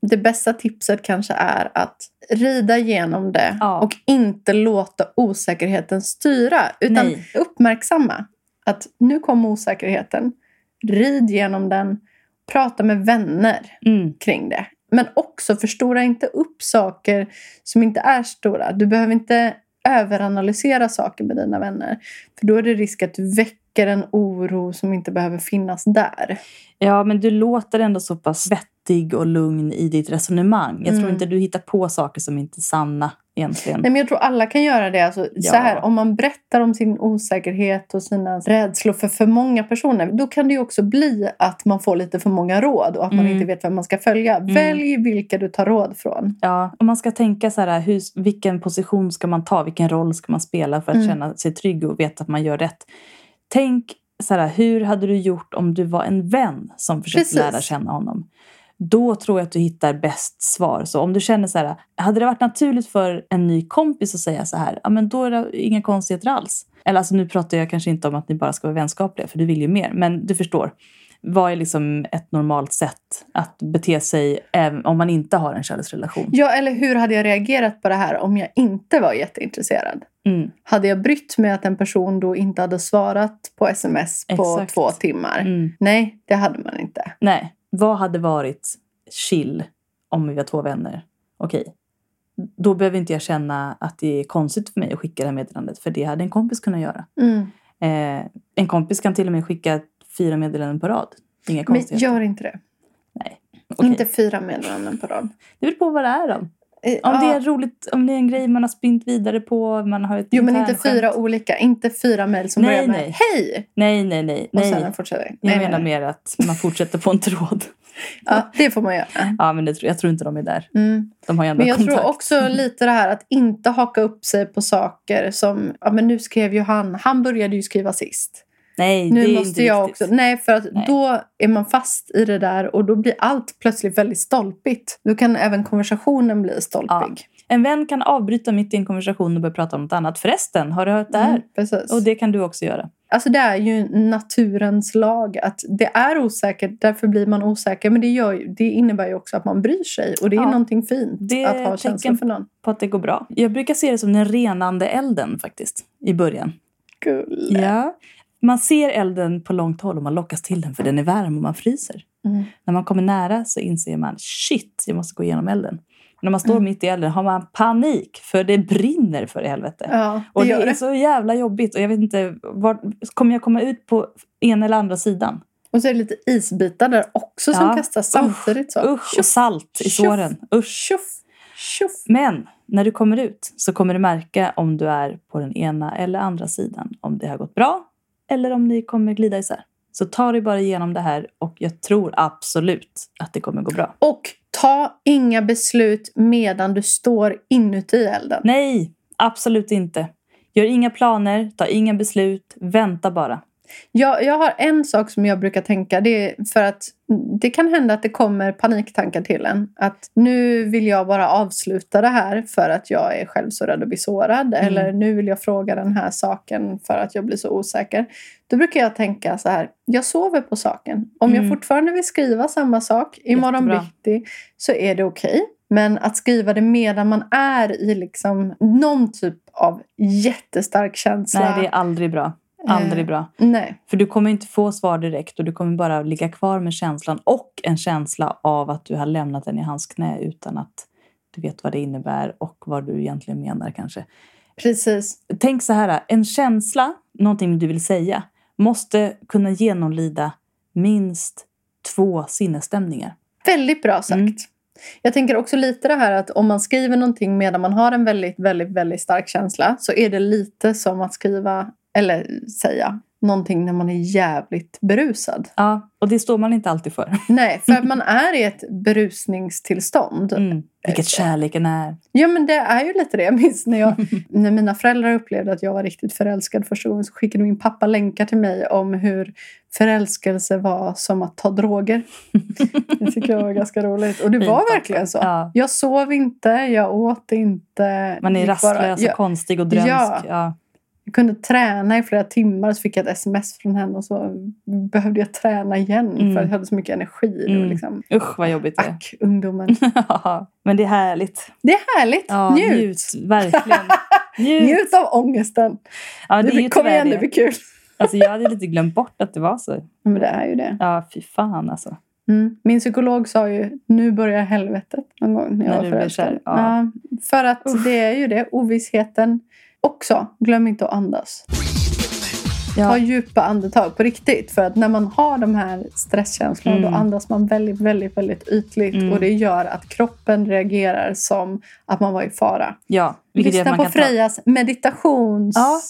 Speaker 2: Det bästa tipset kanske är att rida genom det
Speaker 1: Ja.
Speaker 2: och inte låta osäkerheten styra. Utan
Speaker 1: Nej.
Speaker 2: uppmärksamma att nu kom osäkerheten. Rid genom den. Prata med vänner
Speaker 1: mm,
Speaker 2: kring det. Men också förstora inte upp saker som inte är stora. Du behöver inte överanalysera saker med dina vänner. För då är det risk att du väcker en oro som inte behöver finnas där.
Speaker 1: ja, men du låter ändå så pass vettig och lugn i ditt resonemang. Jag tror
Speaker 2: Mm.
Speaker 1: inte du hittar på saker som inte är sanna egentligen.
Speaker 2: Nej, men jag tror alla kan göra det. Alltså, så
Speaker 1: Ja.
Speaker 2: här, om man berättar om sin osäkerhet och sina rädslor för för många personer då kan det ju också bli att man får lite för många råd och att man
Speaker 1: Mm.
Speaker 2: inte vet vem man ska följa. Välj vilka du tar råd från.
Speaker 1: Ja, om man ska tänka så här, hur, vilken position ska man ta, vilken roll ska man spela för att
Speaker 2: Mm.
Speaker 1: känna sig trygg och veta att man gör rätt. Tänk så här, hur hade du gjort om du var en vän som försökte
Speaker 2: Precis.
Speaker 1: lära känna honom? Då tror jag att du hittar bäst svar. Så om du känner så här, hade det varit naturligt för en ny kompis att säga så här, ja men då är det inga konstigheter alls. Eller alltså nu pratar jag kanske inte om att ni bara ska vara vänskapliga, för du vill ju mer, men du förstår. Vad är liksom ett normalt sätt att bete sig även om man inte har en kärleksrelation?
Speaker 2: Ja, eller hur hade jag reagerat på det här om jag inte var jätteintresserad?
Speaker 1: Mm.
Speaker 2: Hade jag brytt mig att en person då inte hade svarat på sms på
Speaker 1: Exakt.
Speaker 2: två timmar?
Speaker 1: Mm.
Speaker 2: Nej, det hade man inte.
Speaker 1: Nej, vad hade varit chill om vi var två vänner? Okej, då behöver inte jag känna att det är konstigt för mig att skicka det här meddelandet för det hade en kompis kunnat göra.
Speaker 2: Mm.
Speaker 1: Eh, en kompis kan till och med skicka fyra meddelanden på rad. Inga
Speaker 2: Men
Speaker 1: konstigheter.
Speaker 2: gör inte det.
Speaker 1: Okej.
Speaker 2: Inte fyra meddelanden på rad.
Speaker 1: Det beror på vad det är om. Om
Speaker 2: Eh,
Speaker 1: det
Speaker 2: ja.
Speaker 1: är roligt, om det är en grej man har spint vidare på, man har ett
Speaker 2: Jo, men inte
Speaker 1: internskämt.
Speaker 2: fyra olika. Inte fyra mejl som
Speaker 1: Nej,
Speaker 2: börjar med
Speaker 1: nej.
Speaker 2: hej
Speaker 1: Nej, nej, nej.
Speaker 2: och
Speaker 1: nej.
Speaker 2: sen fortsätter.
Speaker 1: jag menar mer att man fortsätter på en tråd.
Speaker 2: Ja, det får man göra.
Speaker 1: Ja, men det, tror- jag tror inte de är där.
Speaker 2: Mm.
Speaker 1: De har ju ändå
Speaker 2: Men jag
Speaker 1: Mm. kontakt. Mm.
Speaker 2: tror också lite det här att inte haka upp sig på saker som, ja men nu skrev ju han, han började ju skriva sist.
Speaker 1: Nej, det
Speaker 2: Nu
Speaker 1: är
Speaker 2: måste
Speaker 1: inte
Speaker 2: jag
Speaker 1: viktigt.
Speaker 2: också... Nej, för att
Speaker 1: Nej.
Speaker 2: då är man fast i det där och då blir allt plötsligt väldigt stolpigt. Då kan även konversationen bli stolpig.
Speaker 1: En vän kan avbryta mitt i en konversation och börja prata om något annat. Förresten, har du hört det här?
Speaker 2: Mm, precis.
Speaker 1: Och det kan du också göra.
Speaker 2: Alltså det är ju naturens lag att det är osäkert, därför blir man osäker. Men det, gör, ju- det innebär ju också att man bryr sig och det är
Speaker 1: Ja.
Speaker 2: någonting fint
Speaker 1: Det
Speaker 2: att
Speaker 1: är
Speaker 2: ha
Speaker 1: tecken-
Speaker 2: känslor för någon.
Speaker 1: På att det går bra. Jag brukar se det som den renande elden faktiskt. I början.
Speaker 2: Gull.
Speaker 1: Ja. Man ser elden på långt håll och man lockas till den för den är varm och man fryser.
Speaker 2: Mm.
Speaker 1: När man kommer nära så inser man shit, jag måste gå igenom elden. Och när man står
Speaker 2: Mm.
Speaker 1: mitt i elden har man panik för det brinner för i helvete.
Speaker 2: Ja, det
Speaker 1: Och det
Speaker 2: gör
Speaker 1: är
Speaker 2: det.
Speaker 1: så jävla jobbigt och jag vet inte, var, kommer jag komma ut på ena eller andra sidan?
Speaker 2: Och så är det lite isbitar där också som
Speaker 1: Ja.
Speaker 2: kastas samtidigt. Så.
Speaker 1: Usch, och salt i
Speaker 2: tjoff,
Speaker 1: såren. Usch.
Speaker 2: tjoff, tjoff.
Speaker 1: Men när du kommer ut så kommer du märka om du är på den ena eller andra sidan. Om det har gått bra eller om ni kommer glida isär. Så ta dig bara igenom det här och jag tror absolut att det kommer gå bra.
Speaker 2: Och ta inga beslut medan du står inuti elden.
Speaker 1: Nej, absolut inte. Gör inga planer, ta inga beslut, vänta bara.
Speaker 2: Jag, jag har en sak som jag brukar tänka. Det är för att det kan hända att det kommer paniktankar till en. Att nu vill jag bara avsluta det här för att jag är själv så rädd och bli sårad.
Speaker 1: Mm.
Speaker 2: Eller nu vill jag fråga den här saken för att jag blir så osäker. Då brukar jag tänka så här. Jag sover på saken. Om
Speaker 1: Mm.
Speaker 2: jag fortfarande vill skriva samma sak imorgon
Speaker 1: Jättebra.
Speaker 2: bitti så är det okej. Men att skriva det medan man är i liksom någon typ av jättestark känsla.
Speaker 1: Nej, det är aldrig bra. Aldrig
Speaker 2: Eh,
Speaker 1: bra.
Speaker 2: Nej.
Speaker 1: För du kommer inte få svar direkt och du kommer bara ligga kvar med känslan och en känsla av att du har lämnat den i hans knä utan att du vet vad det innebär och vad du egentligen menar kanske.
Speaker 2: Precis.
Speaker 1: Tänk så här, en känsla, någonting du vill säga, måste kunna genomlida minst två sinnesstämningar.
Speaker 2: Väldigt bra sagt.
Speaker 1: Mm.
Speaker 2: Jag tänker också lite det här att om man skriver någonting medan man har en väldigt, väldigt, väldigt stark känsla så är det lite som att skriva eller säga någonting när man är jävligt berusad.
Speaker 1: Ja, och det står man inte alltid för.
Speaker 2: Nej, för att man är i ett berusningstillstånd.
Speaker 1: Mm. Vilket kärleken är.
Speaker 2: Ja, men det är ju lite det. Jag minns när, jag, när mina föräldrar upplevde att jag var riktigt förälskad första gången så skickade min pappa länkar till mig om hur förälskelse var som att ta droger. Det tycker jag var ganska roligt. Och det
Speaker 1: Fint
Speaker 2: var
Speaker 1: också.
Speaker 2: verkligen så.
Speaker 1: Ja.
Speaker 2: Jag sov inte, jag åt inte.
Speaker 1: Man är
Speaker 2: gick
Speaker 1: rastlös och
Speaker 2: jag,
Speaker 1: konstig och drömsk.
Speaker 2: Ja.
Speaker 1: Ja.
Speaker 2: jag kunde träna i flera timmar så fick jag ett sms från henne och så behövde jag träna igen
Speaker 1: Mm.
Speaker 2: för att jag hade så mycket energi.
Speaker 1: Mm.
Speaker 2: Och liksom,
Speaker 1: Usch vad jobbigt det är.
Speaker 2: ack, ungdomen.
Speaker 1: Ja, Men det är härligt.
Speaker 2: Det är härligt!
Speaker 1: Ja,
Speaker 2: njut.
Speaker 1: njut! Verkligen. Njut!
Speaker 2: Njut av ångesten.
Speaker 1: Ja,
Speaker 2: det
Speaker 1: det är ju
Speaker 2: kom
Speaker 1: tyvärr
Speaker 2: igen, det
Speaker 1: det.
Speaker 2: blir kul.
Speaker 1: Alltså, jag hade lite glömt bort att det var så.
Speaker 2: Ja, Men det är ju det.
Speaker 1: Ja, fy fan alltså.
Speaker 2: Mm. Min psykolog sa ju nu börjar helvetet någon gång när jag
Speaker 1: När
Speaker 2: var
Speaker 1: du blir
Speaker 2: förälskad.
Speaker 1: kär, ja.
Speaker 2: Ja, för att det är ju det, ovissheten. Också, glöm inte att andas. Ta
Speaker 1: Ja,
Speaker 2: djupa andetag på riktigt. För att när man har de här stresskänslorna
Speaker 1: Mm.
Speaker 2: då andas man väldigt, väldigt, väldigt ytligt.
Speaker 1: Mm.
Speaker 2: Och det gör att kroppen reagerar som att man var i fara.
Speaker 1: ja. Vilket gör
Speaker 2: Lyssna
Speaker 1: att
Speaker 2: på
Speaker 1: man kan ta
Speaker 2: Frejas meditations...
Speaker 1: Ja.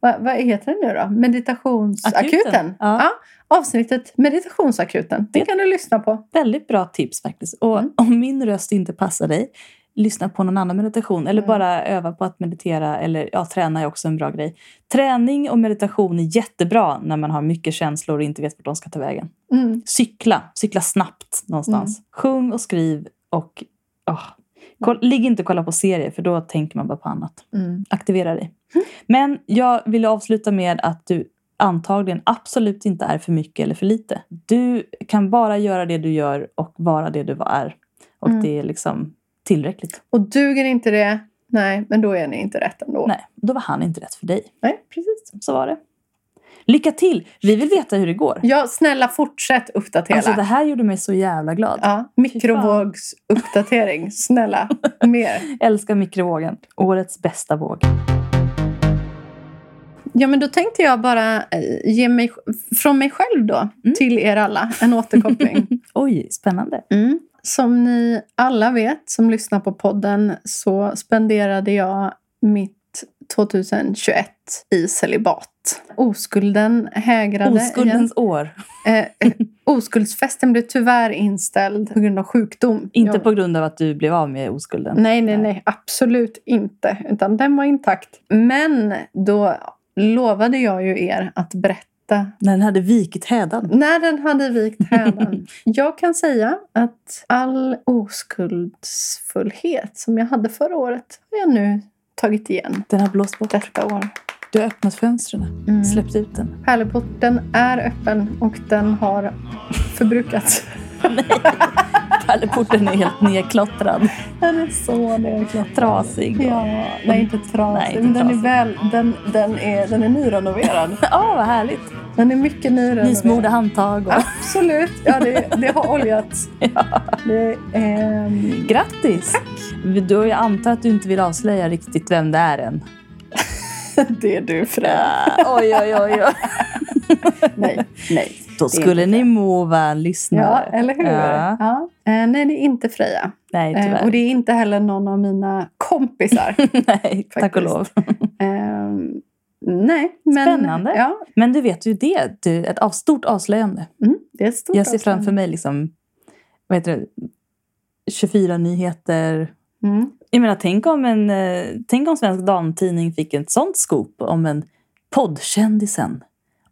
Speaker 2: Vad, vad heter den nu då? Meditationsakuten.
Speaker 1: Akuten, ja.
Speaker 2: avsnittet meditationsakuten. Det
Speaker 1: Det-
Speaker 2: kan du lyssna på.
Speaker 1: väldigt bra tips faktiskt. Och
Speaker 2: Mm.
Speaker 1: om min röst inte passar dig, lyssna på någon annan meditation. Eller
Speaker 2: Mm.
Speaker 1: bara öva på att meditera. Eller ja, träna är också en bra grej. Träning och meditation är jättebra när man har mycket känslor och inte vet vart de ska ta vägen.
Speaker 2: Mm.
Speaker 1: Cykla. Cykla snabbt någonstans. Sjung och skriv och... åh. Koll, ligg inte och kolla på serier för då tänker man bara på annat.
Speaker 2: Mm.
Speaker 1: Aktivera dig. Men jag vill avsluta med att du antagligen absolut inte är för mycket eller för lite. Du kan bara göra det du gör och vara det du är. Och
Speaker 2: Mm.
Speaker 1: det är liksom tillräckligt.
Speaker 2: Och duger inte det, nej, men då är ni inte rätt ändå.
Speaker 1: Nej, då var han inte rätt för dig.
Speaker 2: Nej, precis.
Speaker 1: Så var det. Lycka till! Vi vill veta hur det går.
Speaker 2: Ja, snälla fortsätt uppdatera.
Speaker 1: Alltså det här gjorde mig så jävla glad.
Speaker 2: ja, mikrovågsuppdatering. snälla, mer.
Speaker 1: Älskar mikrovågen. Årets bästa våg.
Speaker 2: Ja, men då tänkte jag bara eh, ge mig, från mig själv då,
Speaker 1: Mm.
Speaker 2: till er alla, en återkoppling.
Speaker 1: Oj, spännande.
Speaker 2: Mm. Som ni alla vet som lyssnar på podden så spenderade jag mitt 2021 i celibat. Oskulden hägrade. igen.
Speaker 1: Oskuldens år.
Speaker 2: Eh, eh, oskuldsfesten blev tyvärr inställd på grund av sjukdom.
Speaker 1: Inte
Speaker 2: Jag-
Speaker 1: på grund av att du blev av med oskulden.
Speaker 2: Nej, nej, nej. Absolut inte. Utan den var intakt. Men då lovade jag ju er att berätta
Speaker 1: När den hade vikit hädan.
Speaker 2: När den hade vikt hädan. Jag kan säga att all oskuldsfullhet som jag hade förra året har jag nu tagit igen
Speaker 1: Den har blåst bort.
Speaker 2: detta år.
Speaker 1: Du har öppnat fönstren.
Speaker 2: Mm.
Speaker 1: Släppt ut den.
Speaker 2: Pärleporten är öppen och den har förbrukats.
Speaker 1: Pärleporten är helt nedklottrad.
Speaker 2: Den är så nerklart.
Speaker 1: Trasig. och-
Speaker 2: Ja, nej inte trasig.
Speaker 1: Nej, inte
Speaker 2: men den, är
Speaker 1: trasig.
Speaker 2: väl, den, den, är, den är nyrenoverad.
Speaker 1: Ja, vad härligt.
Speaker 2: Den är mycket nyrenoverad.
Speaker 1: Nysmorda handtag. Och...
Speaker 2: Absolut. Ja, det, det har oljats. Det är... ehm,
Speaker 1: Grattis! Tack. Du har ju antar att du inte vill avslöja riktigt vem det är än.
Speaker 2: det är du, Fred.
Speaker 1: Ah, oj, oj, oj. oj.
Speaker 2: Nej, nej.
Speaker 1: Då
Speaker 2: Det är
Speaker 1: skulle
Speaker 2: inte
Speaker 1: ni
Speaker 2: det.
Speaker 1: må väl lyssna.
Speaker 2: Ja, eller hur?
Speaker 1: Ja.
Speaker 2: Ja. Eh, nej, det är inte Freja.
Speaker 1: Nej,
Speaker 2: Eh,
Speaker 1: tyvärr.
Speaker 2: och det är inte heller någon av mina kompisar.
Speaker 1: Nej, tack och
Speaker 2: Faktiskt.
Speaker 1: lov.
Speaker 2: eh, nej, men...
Speaker 1: Spännande.
Speaker 2: Ja,
Speaker 1: Men du vet ju det. Du, ett av, stort avslöjande.
Speaker 2: mm, det är ett stort
Speaker 1: Jag ser
Speaker 2: avstånd.
Speaker 1: framför mig liksom, vad heter det, 24 nyheter.
Speaker 2: Mm.
Speaker 1: Jag menar, tänk om, en, eh, tänk om Svensk Damtidning fick ett sånt scoop om en poddkändisen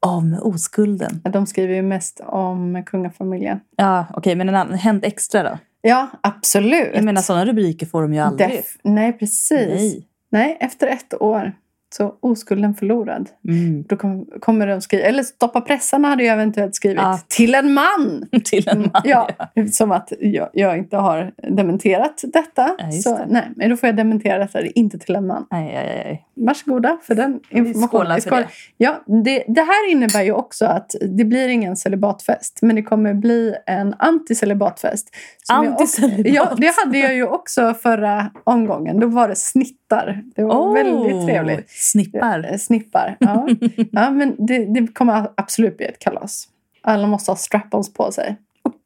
Speaker 1: av med oskulden.
Speaker 2: De skriver ju mest om kungafamiljen.
Speaker 1: Ja, okej, men en annan, Hänt Extra då?
Speaker 2: Ja, absolut.
Speaker 1: Jag menar, sådana rubriker får de ju aldrig.
Speaker 2: Def- nej, precis.
Speaker 1: Nej.
Speaker 2: Nej, efter ett år så oskulden förlorad.
Speaker 1: Mm.
Speaker 2: Då kom, kommer de skriva... Eller stoppa pressarna hade jag eventuellt skrivit.
Speaker 1: Ja.
Speaker 2: Till en man!
Speaker 1: Till en man.
Speaker 2: Mm, Ja, som att jag, jag inte har dementerat detta.
Speaker 1: Ja, just
Speaker 2: så,
Speaker 1: det.
Speaker 2: Nej, men då får jag dementera detta. Det är inte till en man.
Speaker 1: Nej, nej, nej.
Speaker 2: Varsågoda för den informationen.
Speaker 1: Skåla
Speaker 2: Vi
Speaker 1: för det.
Speaker 2: Ja, det, det här innebär ju också att det blir ingen celibatfest. Men det kommer bli en anticelibatfest. som jag också-
Speaker 1: Anticelibat.
Speaker 2: Ja, det hade jag ju också förra omgången. Då var det snittar. Det var
Speaker 1: Åh,
Speaker 2: väldigt trevligt.
Speaker 1: Snippar.
Speaker 2: Eh, Snippar. Ja, ja men det, det kommer absolut bli ett kalas. Alla måste ha strap-ons på sig.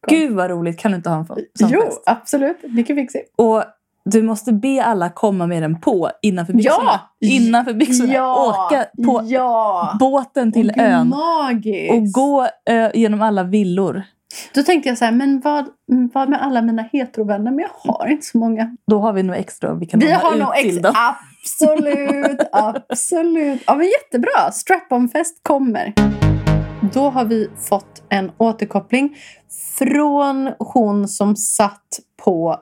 Speaker 1: Gud vad roligt. Kan du inte ha en sån
Speaker 2: jo,
Speaker 1: fest?
Speaker 2: absolut. Vilken fixig.
Speaker 1: Och Du måste be alla komma med den på innanför byxorna.
Speaker 2: Ja!
Speaker 1: Innanför byxorna.
Speaker 2: Ja!
Speaker 1: Åka på
Speaker 2: ja.
Speaker 1: båten till
Speaker 2: Och gud,
Speaker 1: ön.
Speaker 2: Magiskt.
Speaker 1: Och gå eh, genom alla villor.
Speaker 2: Då tänkte jag så här, men vad, vad med alla mina heterovänner? Men jag har inte så många.
Speaker 1: Då har vi nog extra vi kan
Speaker 2: Vi
Speaker 1: låna
Speaker 2: har
Speaker 1: ut
Speaker 2: nog ex...
Speaker 1: till dem.
Speaker 2: Absolut, absolut. Ja, men jättebra. Strap-on-fest kommer. Då har vi fått en återkoppling från hon som satt på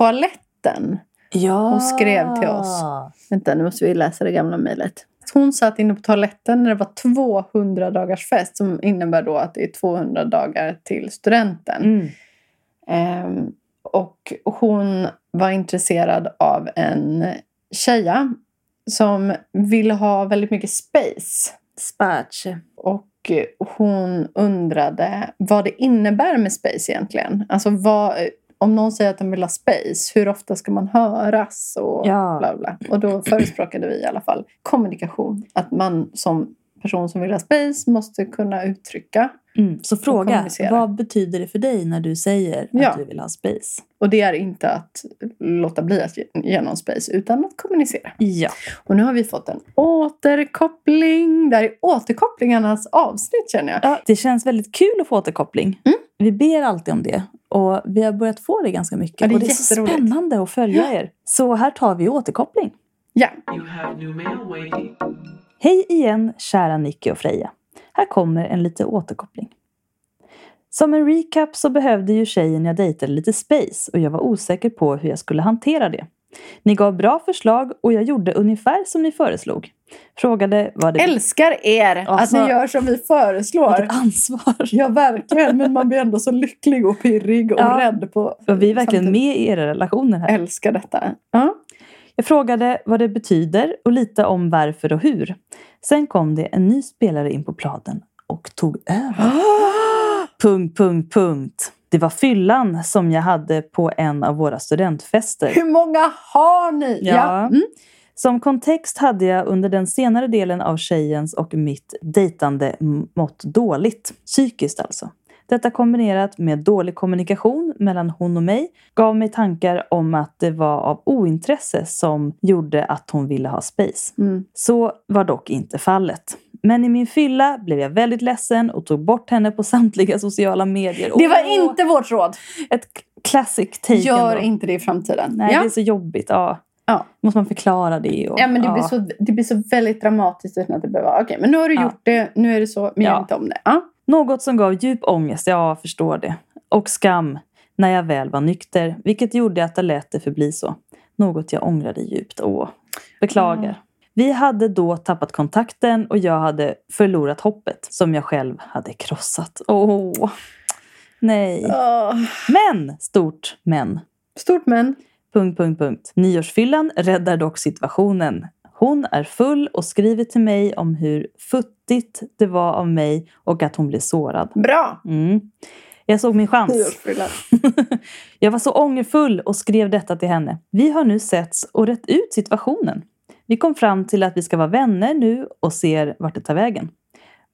Speaker 2: toaletten.
Speaker 1: Ja.
Speaker 2: Hon skrev till oss. Vänta, nu måste vi läsa det gamla mejlet. Hon satt inne på toaletten när det var 200 dagars fest som innebär då att det är 200 dagar till studenten.
Speaker 1: Mm.
Speaker 2: Ehm, och hon var intresserad av en tjeja som ville ha väldigt mycket space.
Speaker 1: Spatch.
Speaker 2: Och eh, hon undrade vad det innebär med space egentligen. Alltså vad, om någon säger att den vill ha space, hur ofta ska man höras? Och
Speaker 1: Ja.
Speaker 2: bla bla. Och då förespråkade vi i alla fall kommunikation. Att man som person som vill ha space måste kunna uttrycka.
Speaker 1: Mm. Så fråga,
Speaker 2: kommunicera.
Speaker 1: vad betyder det för dig när du säger
Speaker 2: Ja.
Speaker 1: att du vill ha space?
Speaker 2: Och det är inte att låta bli att ge- ge någon space utan att kommunicera.
Speaker 1: Ja.
Speaker 2: Och nu har vi fått en återkoppling. Det här är återkopplingarnas avsnitt känner jag.
Speaker 1: ja. Det känns väldigt kul att få återkoppling.
Speaker 2: Mm.
Speaker 1: Vi ber alltid om det. Och vi har börjat få det ganska mycket.
Speaker 2: Ja, det är
Speaker 1: och det är så
Speaker 2: jätteroligt.
Speaker 1: spännande att följa er. Så här tar vi återkoppling.
Speaker 2: Ja,
Speaker 4: You have new mail waiting.
Speaker 1: Hej igen kära Nicky och Freja. Här kommer en lite återkoppling. Som en recap så behövde ju tjejen jag dejtade lite space och jag var osäker på hur jag skulle hantera det. Ni gav bra förslag och jag gjorde ungefär som ni föreslog. Frågade vad det...
Speaker 2: älskar er
Speaker 1: Alltså,
Speaker 2: att ni gör som vi föreslår.
Speaker 1: Vilket ansvar!
Speaker 2: Ja, verkligen. Men man blir ändå så lycklig och pirrig och
Speaker 1: Ja.
Speaker 2: rädd på...
Speaker 1: För vi är verkligen
Speaker 2: samtidigt.
Speaker 1: med i era relationer här.
Speaker 2: Älskar detta. Ja.
Speaker 1: Jag frågade vad det betyder och lite om varför och hur. Sen kom det en ny spelare in på planen och tog över. Punkt, punkt, punkt. Det var fyllan som jag hade på en av våra studentfester.
Speaker 2: Hur många har ni?
Speaker 1: Ja.
Speaker 2: Mm.
Speaker 1: Som kontext hade jag under den senare delen av tjejens och mitt dejtande m- mått dåligt. Psykiskt alltså. Detta kombinerat med dålig kommunikation mellan hon och mig gav mig tankar om att det var av ointresse som gjorde att hon ville ha space.
Speaker 2: Mm.
Speaker 1: Så var dock inte fallet. Men i min fylla blev jag väldigt ledsen och tog bort henne på samtliga sociala medier.
Speaker 2: Det var
Speaker 1: Åh,
Speaker 2: inte vårt råd.
Speaker 1: ett classic take
Speaker 2: Gör
Speaker 1: ändå.
Speaker 2: inte det i framtiden.
Speaker 1: Nej,
Speaker 2: ja.
Speaker 1: det är så jobbigt. Ja.
Speaker 2: Ja.
Speaker 1: Måste man förklara det? Och,
Speaker 2: Ja, men det,
Speaker 1: ja.
Speaker 2: blir så, det blir så väldigt dramatiskt utan att det behöver vara okej. Men nu har du
Speaker 1: Ja.
Speaker 2: gjort det, nu är det så, men gör
Speaker 1: Ja.
Speaker 2: inte om det. Ja.
Speaker 1: Något som gav djup ångest, ja, jag förstår det. Och skam, när jag väl var nykter. Vilket gjorde att jag lät det förbli så. Något jag ångrade djupt. Åh, beklagar.
Speaker 2: Mm.
Speaker 1: Vi hade då tappat kontakten och jag hade förlorat hoppet som jag själv hade krossat. Åh, nej.
Speaker 2: Åh.
Speaker 1: Men, stort men.
Speaker 2: Stort men.
Speaker 1: Punkt, punkt, punkt. Nyårsfyllan räddar dock situationen. Hon är full och skriver till mig om hur futtigt det var av mig och att hon blev sårad.
Speaker 2: Bra!
Speaker 1: Mm. Jag såg min chans.
Speaker 2: Nyårsfylla.
Speaker 1: Jag var så ångerfull och skrev detta till henne. Vi har nu setts och rätt ut situationen. Vi kom fram till att vi ska vara vänner nu och ser vart det tar vägen.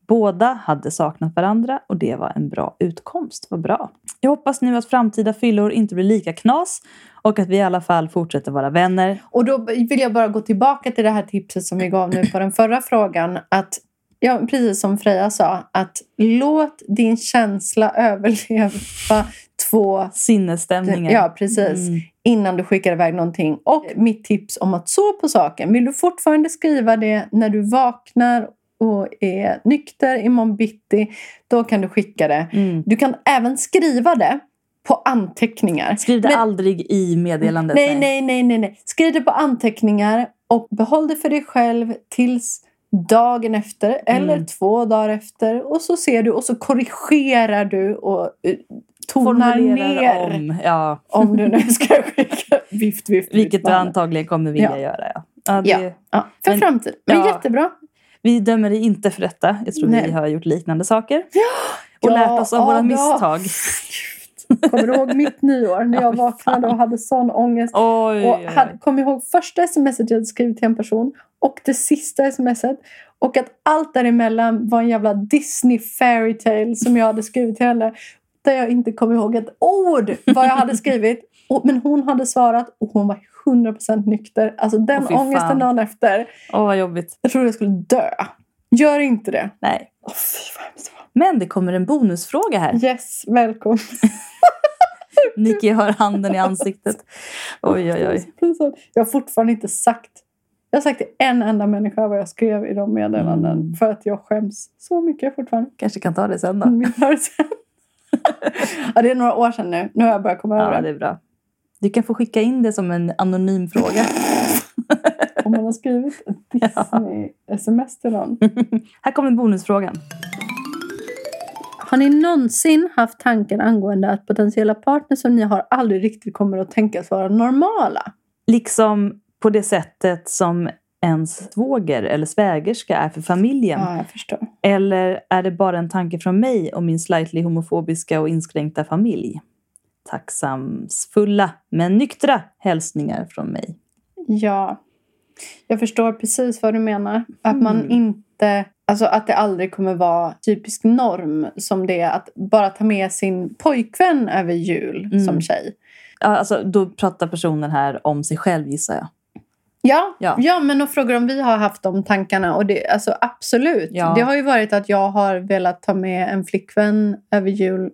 Speaker 1: Båda hade saknat varandra och det var en bra utkomst. Vad bra. Jag hoppas nu att framtida fyllor inte blir lika knas och att vi i alla fall fortsätter vara vänner.
Speaker 2: Och då vill jag bara gå tillbaka till det här tipset som vi gav nu på den förra frågan. Att, ja, precis som Freja sa, att låt din känsla överleva två...
Speaker 1: Sinnesstämningen.
Speaker 2: Ja, precis.
Speaker 1: Mm.
Speaker 2: innan du skickar iväg någonting. Och mitt tips om att så på saken. Vill du fortfarande skriva det när du vaknar och är nykter imorgon bitti, då kan du skicka det.
Speaker 1: Mm.
Speaker 2: Du kan även skriva det på anteckningar.
Speaker 1: Skriv det
Speaker 2: Men-
Speaker 1: aldrig i meddelandet.
Speaker 2: Nej, nej, nej, nej, nej. Skriv det på anteckningar och behåll det för dig själv tills dagen efter eller
Speaker 1: Mm.
Speaker 2: två dagar efter. Och så ser du och så korrigerar du och eh, tonar ner.
Speaker 1: Formulera
Speaker 2: Om.
Speaker 1: om. Ja.
Speaker 2: du nu ska skicka vift, vift,
Speaker 1: Vilket du
Speaker 2: vift.
Speaker 1: antagligen kommer vilja
Speaker 2: Ja.
Speaker 1: göra. Ja. Ja, det,
Speaker 2: Ja. Ja, för
Speaker 1: Men-
Speaker 2: framtiden. Men
Speaker 1: ja.
Speaker 2: jättebra.
Speaker 1: Vi dömer dig inte för detta. Jag tror
Speaker 2: Nej.
Speaker 1: vi har gjort liknande saker. och
Speaker 2: Ja,
Speaker 1: lärt oss av
Speaker 2: ja,
Speaker 1: våra
Speaker 2: ja.
Speaker 1: misstag.
Speaker 2: Kommer du ihåg mitt nyår när jag vaknade och hade sån ångest?
Speaker 1: Oj,
Speaker 2: Och
Speaker 1: oj,
Speaker 2: hade,
Speaker 1: oj.
Speaker 2: kom ihåg första smset jag hade skrivit till en person och det sista smset. Och att allt däremellan var en jävla Disney fairy tale som jag hade skrivit till henne. där jag inte kom ihåg ett ord vad jag hade skrivit. Och, men hon hade svarat och hon var 100% nykter. Alltså den
Speaker 1: Åh, fy fan.
Speaker 2: ångesten dagen efter.
Speaker 1: Åh, vad jobbigt.
Speaker 2: Jag trodde jag skulle dö. Gör inte det.
Speaker 1: Nej.
Speaker 2: Åh, fy vad hemskt det
Speaker 1: Men det kommer en bonusfråga här.
Speaker 2: var. Yes, välkommen.
Speaker 1: Nicky har handen i ansiktet. Oj, oj, oj.
Speaker 2: Jag har fortfarande inte sagt. Jag har sagt till en enda människa vad jag skrev i de meddelanden.
Speaker 1: Mm.
Speaker 2: För att jag skäms så mycket fortfarande.
Speaker 1: Kanske kan ta det sen då.
Speaker 2: Min rörelse. ja, det är några år sedan nu. Nu har jag börjat komma
Speaker 1: Ja,
Speaker 2: över
Speaker 1: det
Speaker 2: det.
Speaker 1: är bra. Du kan få skicka in det som en anonym fråga.
Speaker 2: Om man har skrivit ett Disney-sms till någon.
Speaker 1: Mm. Här kommer bonusfrågan.
Speaker 2: Har ni någonsin haft tanken angående att potentiella partners som ni har aldrig riktigt kommer att tänkas vara normala?
Speaker 1: Liksom på det sättet som ens svåger eller svägerska är för familjen.
Speaker 2: Ja, jag förstår.
Speaker 1: Eller är det bara en tanke från mig och min slightly homofobiska och inskränkta familj? Tacksamsfulla men nyktra hälsningar från mig.
Speaker 2: Ja. Jag förstår precis vad du menar. Att man
Speaker 1: Mm.
Speaker 2: inte... Alltså att det aldrig kommer vara typisk norm som det är att bara ta med sin pojkvän över jul
Speaker 1: Mm.
Speaker 2: som tjej.
Speaker 1: Ja, Alltså, då pratar personen här om sig själv gissar jag.
Speaker 2: Ja,
Speaker 1: Ja.
Speaker 2: ja. men de frågar om vi har haft de tankarna. Och det, alltså, absolut.
Speaker 1: Ja.
Speaker 2: Det har ju varit att jag har velat ta med en flickvän över jul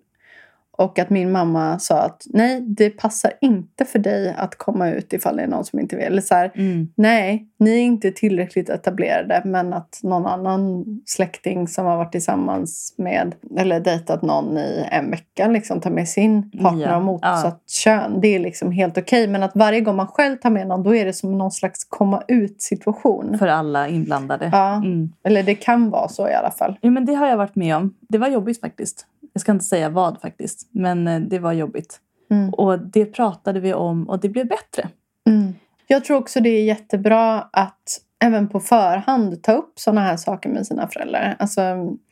Speaker 2: och att min mamma sa att nej, det passar inte för dig att komma ut ifall det är någon som inte vill. Eller så här, nej, ni är inte tillräckligt etablerade men att någon annan släkting som har varit tillsammans med eller dejtat någon i en vecka liksom tar med sin partner
Speaker 1: Ja,
Speaker 2: av motsatt kön. Det är liksom helt okej. Men att varje gång man själv tar med någon då är det som någon slags komma ut situation.
Speaker 1: För alla inblandade.
Speaker 2: Ja,
Speaker 1: Mm.
Speaker 2: eller det kan vara så i alla fall.
Speaker 1: Jo, men det har jag varit med om. Det var jobbigt faktiskt. Jag ska inte säga vad faktiskt, men eh, det var jobbigt.
Speaker 2: Mm.
Speaker 1: Och det pratade vi om och det blev bättre.
Speaker 2: Mm. Jag tror också det är jättebra att även på förhand ta upp såna här saker med sina föräldrar. Alltså,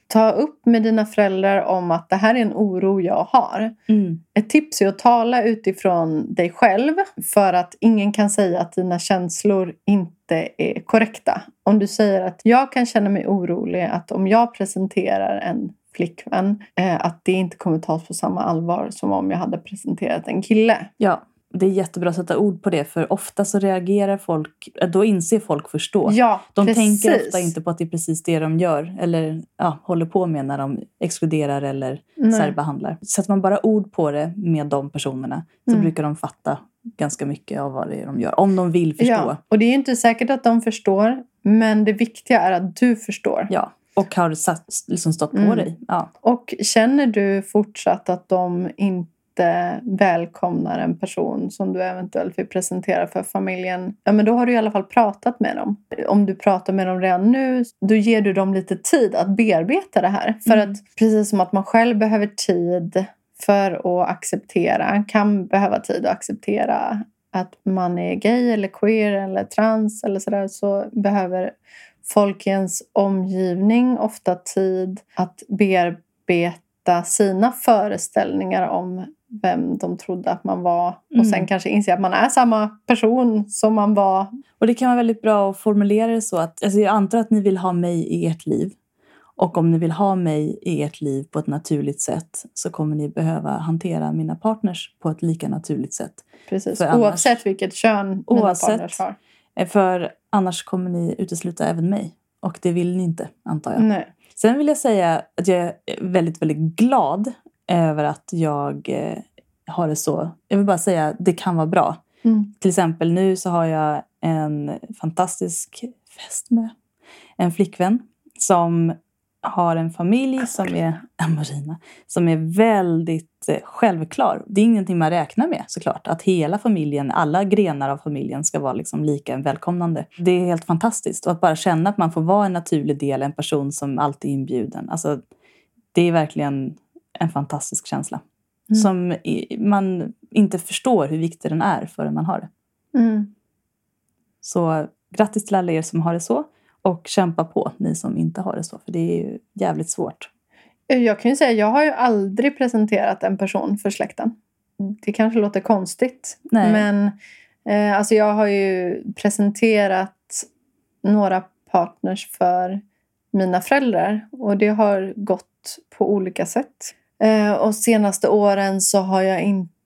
Speaker 2: ta upp med dina föräldrar om att det här är en oro jag har. Ett tips är att tala utifrån dig själv för att ingen kan säga att dina känslor inte är korrekta. Om du säger att jag kan känna mig orolig att om jag presenterar en flickvän eh, att det inte kommer tas på samma allvar som om jag hade presenterat en kille.
Speaker 1: Ja, det är jättebra att sätta ord på det för ofta så reagerar folk, eh, då inser folk förstå.
Speaker 2: Ja,
Speaker 1: De
Speaker 2: precis.
Speaker 1: tänker ofta inte på att det är precis det de gör eller ja, håller på med när de exkluderar eller
Speaker 2: Nej.
Speaker 1: särbehandlar. Sätter man bara ord på det med de personerna så
Speaker 2: Mm.
Speaker 1: brukar de fatta ganska mycket av vad det är de gör. Om de vill förstå.
Speaker 2: Ja, och det är ju inte säkert att de förstår. Men det viktiga är att du förstår.
Speaker 1: Ja, och har satt, liksom stått på
Speaker 2: Mm.
Speaker 1: dig. Ja.
Speaker 2: Och känner du fortsatt att de inte välkomnar en person som du eventuellt vill presentera för familjen. Ja, men då har du i alla fall pratat med dem. Om du pratar med dem redan nu, då ger du dem lite tid att bearbeta det här. För
Speaker 1: Mm.
Speaker 2: att precis som att man själv behöver tid för att acceptera, kan behöva tid att acceptera att man är gay eller queer eller trans eller sådär så behöver folk i ens omgivning ofta tid att bearbeta sina föreställningar om vem de trodde att man var
Speaker 1: Mm.
Speaker 2: och sen kanske inse att man är samma person som man var.
Speaker 1: Och det kan vara väldigt bra att formulera det så att alltså jag antar att ni vill ha mig i ert liv. Och om ni vill ha mig i ert liv på ett naturligt sätt så kommer ni behöva hantera mina partners på ett lika naturligt sätt.
Speaker 2: Precis.
Speaker 1: För annars-
Speaker 2: Oavsett vilket kön
Speaker 1: Oavsett.
Speaker 2: mina partners har.
Speaker 1: Eh, För annars kommer ni utesluta även mig. Och det vill ni inte, antar jag.
Speaker 2: Nej.
Speaker 1: Sen vill jag säga att jag är väldigt, väldigt glad över att jag eh, har det så. Jag vill bara säga att det kan vara bra.
Speaker 2: Mm.
Speaker 1: Till exempel nu så har jag en fantastisk fästmö, en flickvän som har en familj som är, Marina, som är väldigt eh, självklar. Det är ingenting man räknar med såklart, att hela familjen, alla grenar av familjen ska vara liksom lika välkomnande. Det är helt fantastiskt och att bara känna att man får vara en naturlig del, en person som alltid är inbjuden. Alltså, det är verkligen en fantastisk känsla
Speaker 2: Mm.
Speaker 1: som i- man inte förstår hur viktig den är förrän man har det.
Speaker 2: Mm.
Speaker 1: Så grattis till alla er som har det så och kämpa på ni som inte har det så för det är ju jävligt svårt.
Speaker 2: Eh, Jag kan ju säga, jag har ju aldrig presenterat en person för släkten. Det kanske låter konstigt.
Speaker 1: Nej.
Speaker 2: Men eh, alltså jag har ju presenterat några partners för mina föräldrar. Och det har gått på olika sätt. Eh, och senaste åren så har jag inte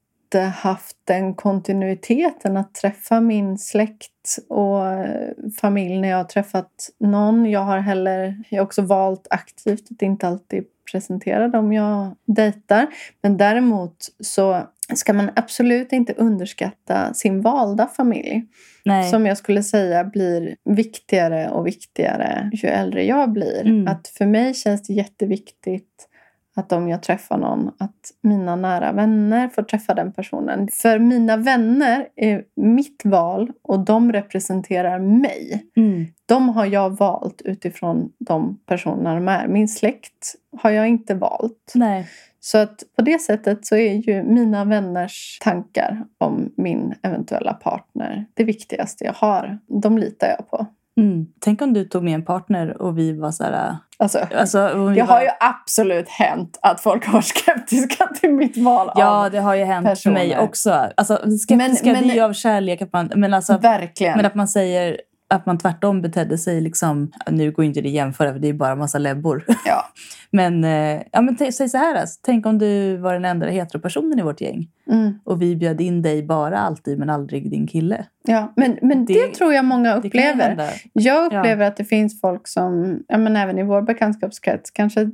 Speaker 2: haft den kontinuiteten att träffa min släkt och eh, familj när jag har träffat någon. Jag har heller jag har också valt aktivt att inte alltid presentera dem jag dejtar. Men däremot så ska man absolut inte underskatta sin valda familj
Speaker 1: Nej.
Speaker 2: som jag skulle säga blir viktigare och viktigare ju äldre jag blir.
Speaker 1: Mm.
Speaker 2: Att för mig känns det jätteviktigt att om jag träffar någon, att mina nära vänner får träffa den personen. För mina vänner är mitt val och de representerar mig
Speaker 1: Mm.
Speaker 2: de har jag valt utifrån de personer de är. Min släkt har jag inte valt.
Speaker 1: Nej.
Speaker 2: Så att på det sättet så är ju mina vänners tankar om min eventuella partner det viktigaste jag har. De litar jag på.
Speaker 1: Mm. Tänk om du tog med en partner och vi var så här...
Speaker 2: Alltså,
Speaker 1: Alltså, om vi
Speaker 2: det
Speaker 1: var...
Speaker 2: har ju absolut hänt att folk har varit skeptiska till mitt val
Speaker 1: Ja,
Speaker 2: av
Speaker 1: det har ju hänt
Speaker 2: personer.
Speaker 1: för mig också. Alltså, skeptiska
Speaker 2: Men- men-
Speaker 1: det är ju av kärlek. Att man, men, alltså,
Speaker 2: Verkligen.
Speaker 1: men att man säger att man tvärtom betedde sig liksom... Nu går ju inte det att jämföra för det är ju bara massa läbbor.
Speaker 2: Ja.
Speaker 1: men, eh, ja, men t- säg så här, alltså. tänk om du var den enda heteropersonen i vårt gäng
Speaker 2: Mm,
Speaker 1: och vi bjöd in dig bara alltid men aldrig din kille.
Speaker 2: ja. Men, men det,
Speaker 1: Det-
Speaker 2: tror jag många
Speaker 1: Det kan ju
Speaker 2: upplever.
Speaker 1: hända.
Speaker 2: Jag upplever att det finns folk som, ja, men även i vår bekantskapskrets, kanske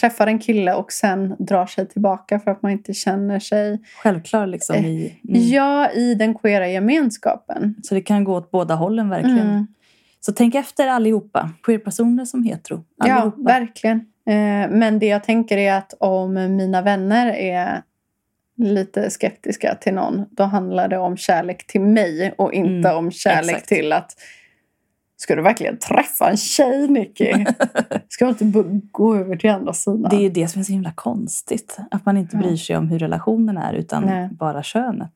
Speaker 2: träffar en kille och sen drar sig tillbaka för att man inte känner sig
Speaker 1: Självklart liksom. I, mm.
Speaker 2: Eh, ja i den queera gemenskapen.
Speaker 1: Så det kan gå åt båda hållen verkligen.
Speaker 2: Mm.
Speaker 1: Så tänk efter allihopa. Queerpersoner som hetero.
Speaker 2: Ja,
Speaker 1: Allihopa.
Speaker 2: verkligen. Eh, Men det jag tänker är att om mina vänner är lite skeptiska till någon, då handlar det om kärlek till mig och inte
Speaker 1: Mm,
Speaker 2: om kärlek
Speaker 1: exakt.
Speaker 2: till att Ska du verkligen träffa en tjej, Nicky? Ska du inte b- gå över till andra sidan?
Speaker 1: Det är ju det som är så himla konstigt. Att man inte
Speaker 2: Ja.
Speaker 1: bryr sig om hur relationen är utan
Speaker 2: Mm. Nej.
Speaker 1: bara könet.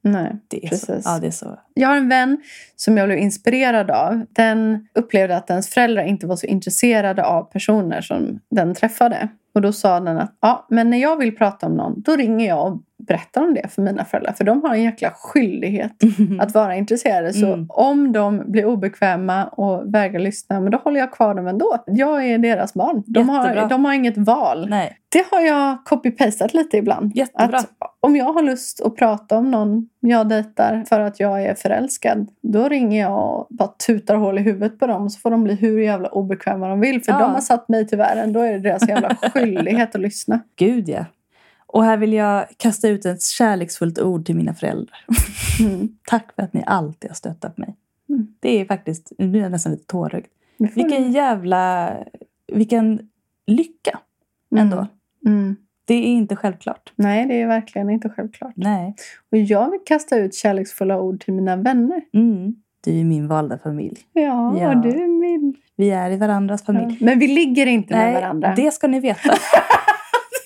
Speaker 2: Nej.
Speaker 1: Det är
Speaker 2: Precis.
Speaker 1: så. Ja, det är så.
Speaker 2: Jag har en vän som jag blev inspirerad av. Den upplevde att ens föräldrar inte var så intresserade av personer som den träffade. Och då sa den att ja, men när jag vill prata om någon, då ringer jag och berättar om det för mina föräldrar. För de har en jäkla skyldighet att vara intresserade. Så
Speaker 1: Mm.
Speaker 2: om de blir obekväma och vägrar lyssna, men då håller jag kvar dem ändå. Jag är deras barn. De, har,
Speaker 1: Jättebra.
Speaker 2: de har inget val.
Speaker 1: Nej,
Speaker 2: Det har jag copy-pastat lite ibland.
Speaker 1: Jättebra.
Speaker 2: Att om jag har lust att prata om någon jag dejtar för att jag är förälskad, då ringer jag och bara tutar hål i huvudet på dem så får de bli hur jävla obekväma de vill. För
Speaker 1: Ja.
Speaker 2: de har satt mig till världen. Då är det deras jävla skyldighet att lyssna.
Speaker 1: gud ja. Och här vill jag kasta ut ett kärleksfullt ord till mina föräldrar.
Speaker 2: Mm.
Speaker 1: Tack för att ni alltid har stöttat mig.
Speaker 2: Mm.
Speaker 1: Det är faktiskt, nu är jag nästan lite tårögd.
Speaker 2: Vi får-
Speaker 1: Vilken jävla, vilken lycka ändå.
Speaker 2: Mm. Mm.
Speaker 1: Det är inte självklart.
Speaker 2: Nej, det är verkligen inte självklart.
Speaker 1: Nej.
Speaker 2: Och jag vill kasta ut kärleksfulla ord till mina vänner.
Speaker 1: Mm. Du är min valda familj.
Speaker 2: Ja,
Speaker 1: Ja.
Speaker 2: och du är min.
Speaker 1: Vi är i varandras familj.
Speaker 2: Men vi ligger inte med varandra.
Speaker 1: det ska ni veta.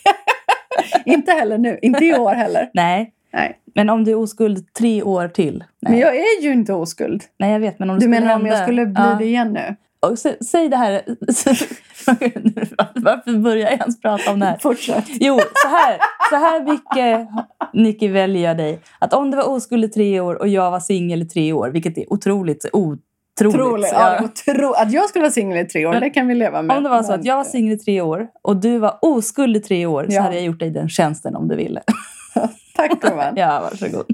Speaker 2: Inte heller nu. Inte i år heller.
Speaker 1: Nej.
Speaker 2: Nej.
Speaker 1: Men om du är oskuld tre år till? Nej,
Speaker 2: Men jag är ju inte oskuld.
Speaker 1: Nej jag vet. Men om det
Speaker 2: Du
Speaker 1: skulle
Speaker 2: menar om jag
Speaker 1: hända-
Speaker 2: skulle bli
Speaker 1: Ja.
Speaker 2: det igen nu?
Speaker 1: Och sä- säg det här. Varför börjar jag ens prata om det här?
Speaker 2: Fortsätt.
Speaker 1: Jo, så här, så här mycket, Nicky, väljer jag dig. Att om du var oskuld i tre år och jag var singel i tre år, vilket är otroligt otroligt.
Speaker 2: Otroligt.
Speaker 1: Ja.
Speaker 2: Ja. Otro... Att jag skulle vara singel i tre år,
Speaker 1: Men-
Speaker 2: det kan vi leva med.
Speaker 1: Om det var så att jag var singel i tre år och du var oskuld i tre år så
Speaker 2: Ja.
Speaker 1: hade jag gjort dig den tjänsten om du ville.
Speaker 2: Tack gumman.
Speaker 1: Ja, varsågod.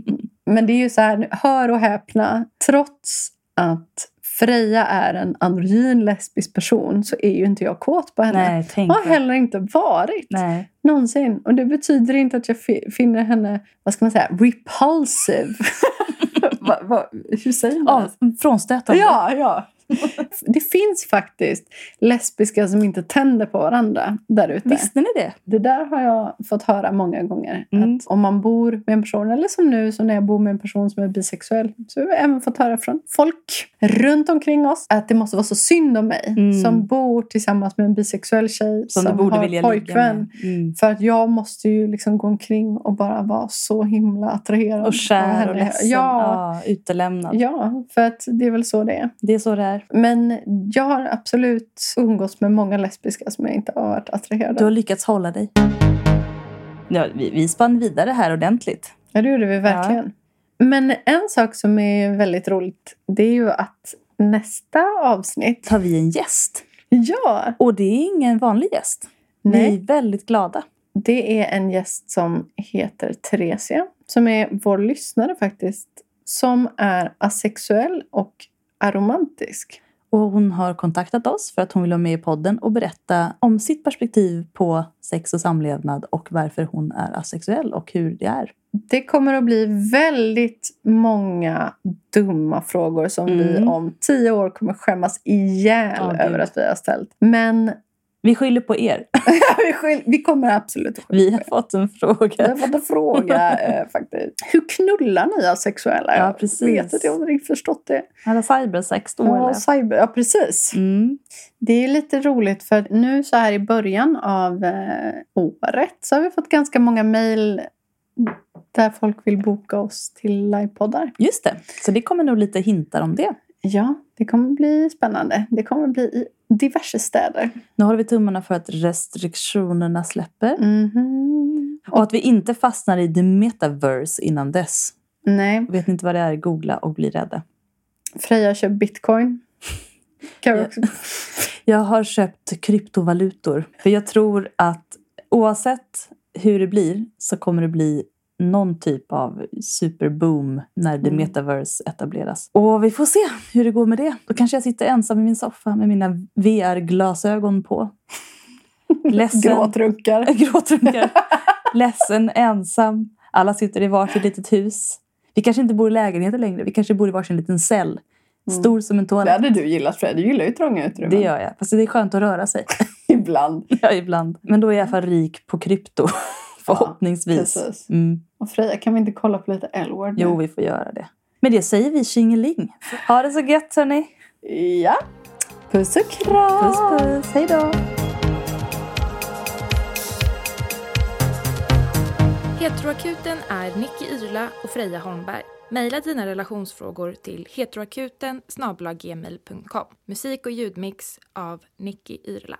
Speaker 2: Men det är ju så här, nu, hör och häpna. Trots att Freja är en androgyn lesbisk person så är ju inte jag kåt på henne.
Speaker 1: Nej, tänk
Speaker 2: Har
Speaker 1: dig.
Speaker 2: heller inte varit.
Speaker 1: Nej.
Speaker 2: Någonsin. Och det betyder inte att jag fi- finner henne, vad ska man säga, repulsive. va, va, hur säger man?
Speaker 1: Ja, frånstötande.
Speaker 2: Ja, ja. Det finns faktiskt lesbiska som inte tänder på varandra där ute.
Speaker 1: Visste ni det?
Speaker 2: Det där har jag fått höra många gånger.
Speaker 1: Mm.
Speaker 2: Att om man bor med en person, eller som nu så när jag bor med en person som är bisexuell, så har jag även fått höra från folk runt omkring oss att det måste vara så synd om mig
Speaker 1: Mm.
Speaker 2: som bor tillsammans med en bisexuell tjej
Speaker 1: Som, du borde
Speaker 2: har
Speaker 1: vilja
Speaker 2: pojkvän.
Speaker 1: ligga med. Mm.
Speaker 2: För att jag måste ju liksom gå omkring och bara vara så himla attraherad.
Speaker 1: Och
Speaker 2: av
Speaker 1: skär
Speaker 2: henne.
Speaker 1: och ledsen.
Speaker 2: Ja,
Speaker 1: Ja, utelämnad.
Speaker 2: ja, för att det är väl så det är.
Speaker 1: Det är så det är.
Speaker 2: Men jag har absolut umgåtts med många lesbiska som jag inte har varit attraherad
Speaker 1: Du har
Speaker 2: av.
Speaker 1: lyckats hålla dig. Ja, vi, vi spann vidare här ordentligt.
Speaker 2: Ja, det gjorde vi verkligen. Men en sak som är väldigt roligt, det är ju att nästa avsnitt...
Speaker 1: Tar vi en gäst?
Speaker 2: Ja!
Speaker 1: Och det är ingen vanlig gäst. Vi är
Speaker 2: Nej,
Speaker 1: väldigt glada.
Speaker 2: Det är en gäst som heter Theresia, som är vår lyssnare faktiskt, som är asexuell och aromantisk.
Speaker 1: Och hon har kontaktat oss för att hon vill vara med i podden och berätta om sitt perspektiv på sex och samlevnad och varför hon är asexuell och hur det är.
Speaker 2: Det kommer att bli väldigt många dumma frågor som vi
Speaker 1: Mm.
Speaker 2: om tio år kommer skämmas ihjäl
Speaker 1: Ja, gud.
Speaker 2: över att vi har ställt. Men
Speaker 1: Vi skyller på er.
Speaker 2: vi, skyll, vi kommer absolut att skylla
Speaker 1: Vi
Speaker 2: på
Speaker 1: har
Speaker 2: er.
Speaker 1: fått en
Speaker 2: Jag
Speaker 1: fråga.
Speaker 2: har fått en fråga eh, faktiskt. Hur knullar ni
Speaker 1: Ja,
Speaker 2: asexuella? Jag vet
Speaker 1: precis. Oh,
Speaker 2: att jag har inte riktigt förstått det.
Speaker 1: Alla cybersex då
Speaker 2: Ja,
Speaker 1: eller?
Speaker 2: cyber, ja precis.
Speaker 1: Mm.
Speaker 2: Det är lite roligt för att nu så här i början av eh, året så har vi fått ganska många mejl där folk vill boka oss till livepoddar.
Speaker 1: Just det, så det kommer nog lite hintar om det.
Speaker 2: Ja, det kommer bli spännande. Det kommer bli i diverse städer.
Speaker 1: Nu håller vi tummarna för att restriktionerna släpper
Speaker 2: Mhm.
Speaker 1: och att vi inte fastnar i the metaverse innan dess.
Speaker 2: Nej,
Speaker 1: Vet ni inte vad det är, googla och bli rädda.
Speaker 2: Freja kör bitcoin. Kan vi
Speaker 1: Ja.
Speaker 2: också...
Speaker 1: Jag har köpt kryptovalutor. För jag tror att oavsett hur det blir så kommer det bli någon typ av superboom när the
Speaker 2: Mm.
Speaker 1: metaverse etableras. Och vi får se hur det går med det. Då kanske jag sitter ensam i min soffa med mina VR-glasögon på. Ledsen.
Speaker 2: Gråtrunkar.
Speaker 1: Gråtrunkar. Ledsen, ensam. Alla sitter i varsitt litet hus. Vi kanske inte bor i lägenheter längre. Vi kanske bor i varsin liten cell.
Speaker 2: Mm.
Speaker 1: Stor som en
Speaker 2: Det
Speaker 1: toalett.
Speaker 2: hade du gillat Freja. Du gillar ju trånga utrymmen.
Speaker 1: Det gör jag. Fast det är skönt att röra sig.
Speaker 2: Ibland.
Speaker 1: Ja, ibland. Men då är jag i alla fall rik på krypto. Förhoppningsvis.
Speaker 2: Precis.
Speaker 1: Mm.
Speaker 2: Och Freja, kan vi inte kolla på lite L-word? nu?
Speaker 1: Jo, vi får göra det. Med det säger vi tjingeling. Ha det så gött hörni.
Speaker 2: Ja. Puss och kram.
Speaker 1: Puss puss. Hej då.
Speaker 3: Heteroakuten är Nicky Irla och Freja Holmberg. Maila dina relationsfrågor till heteroakuten snabla-gmail.com. Musik och ljudmix av Nicky Irla.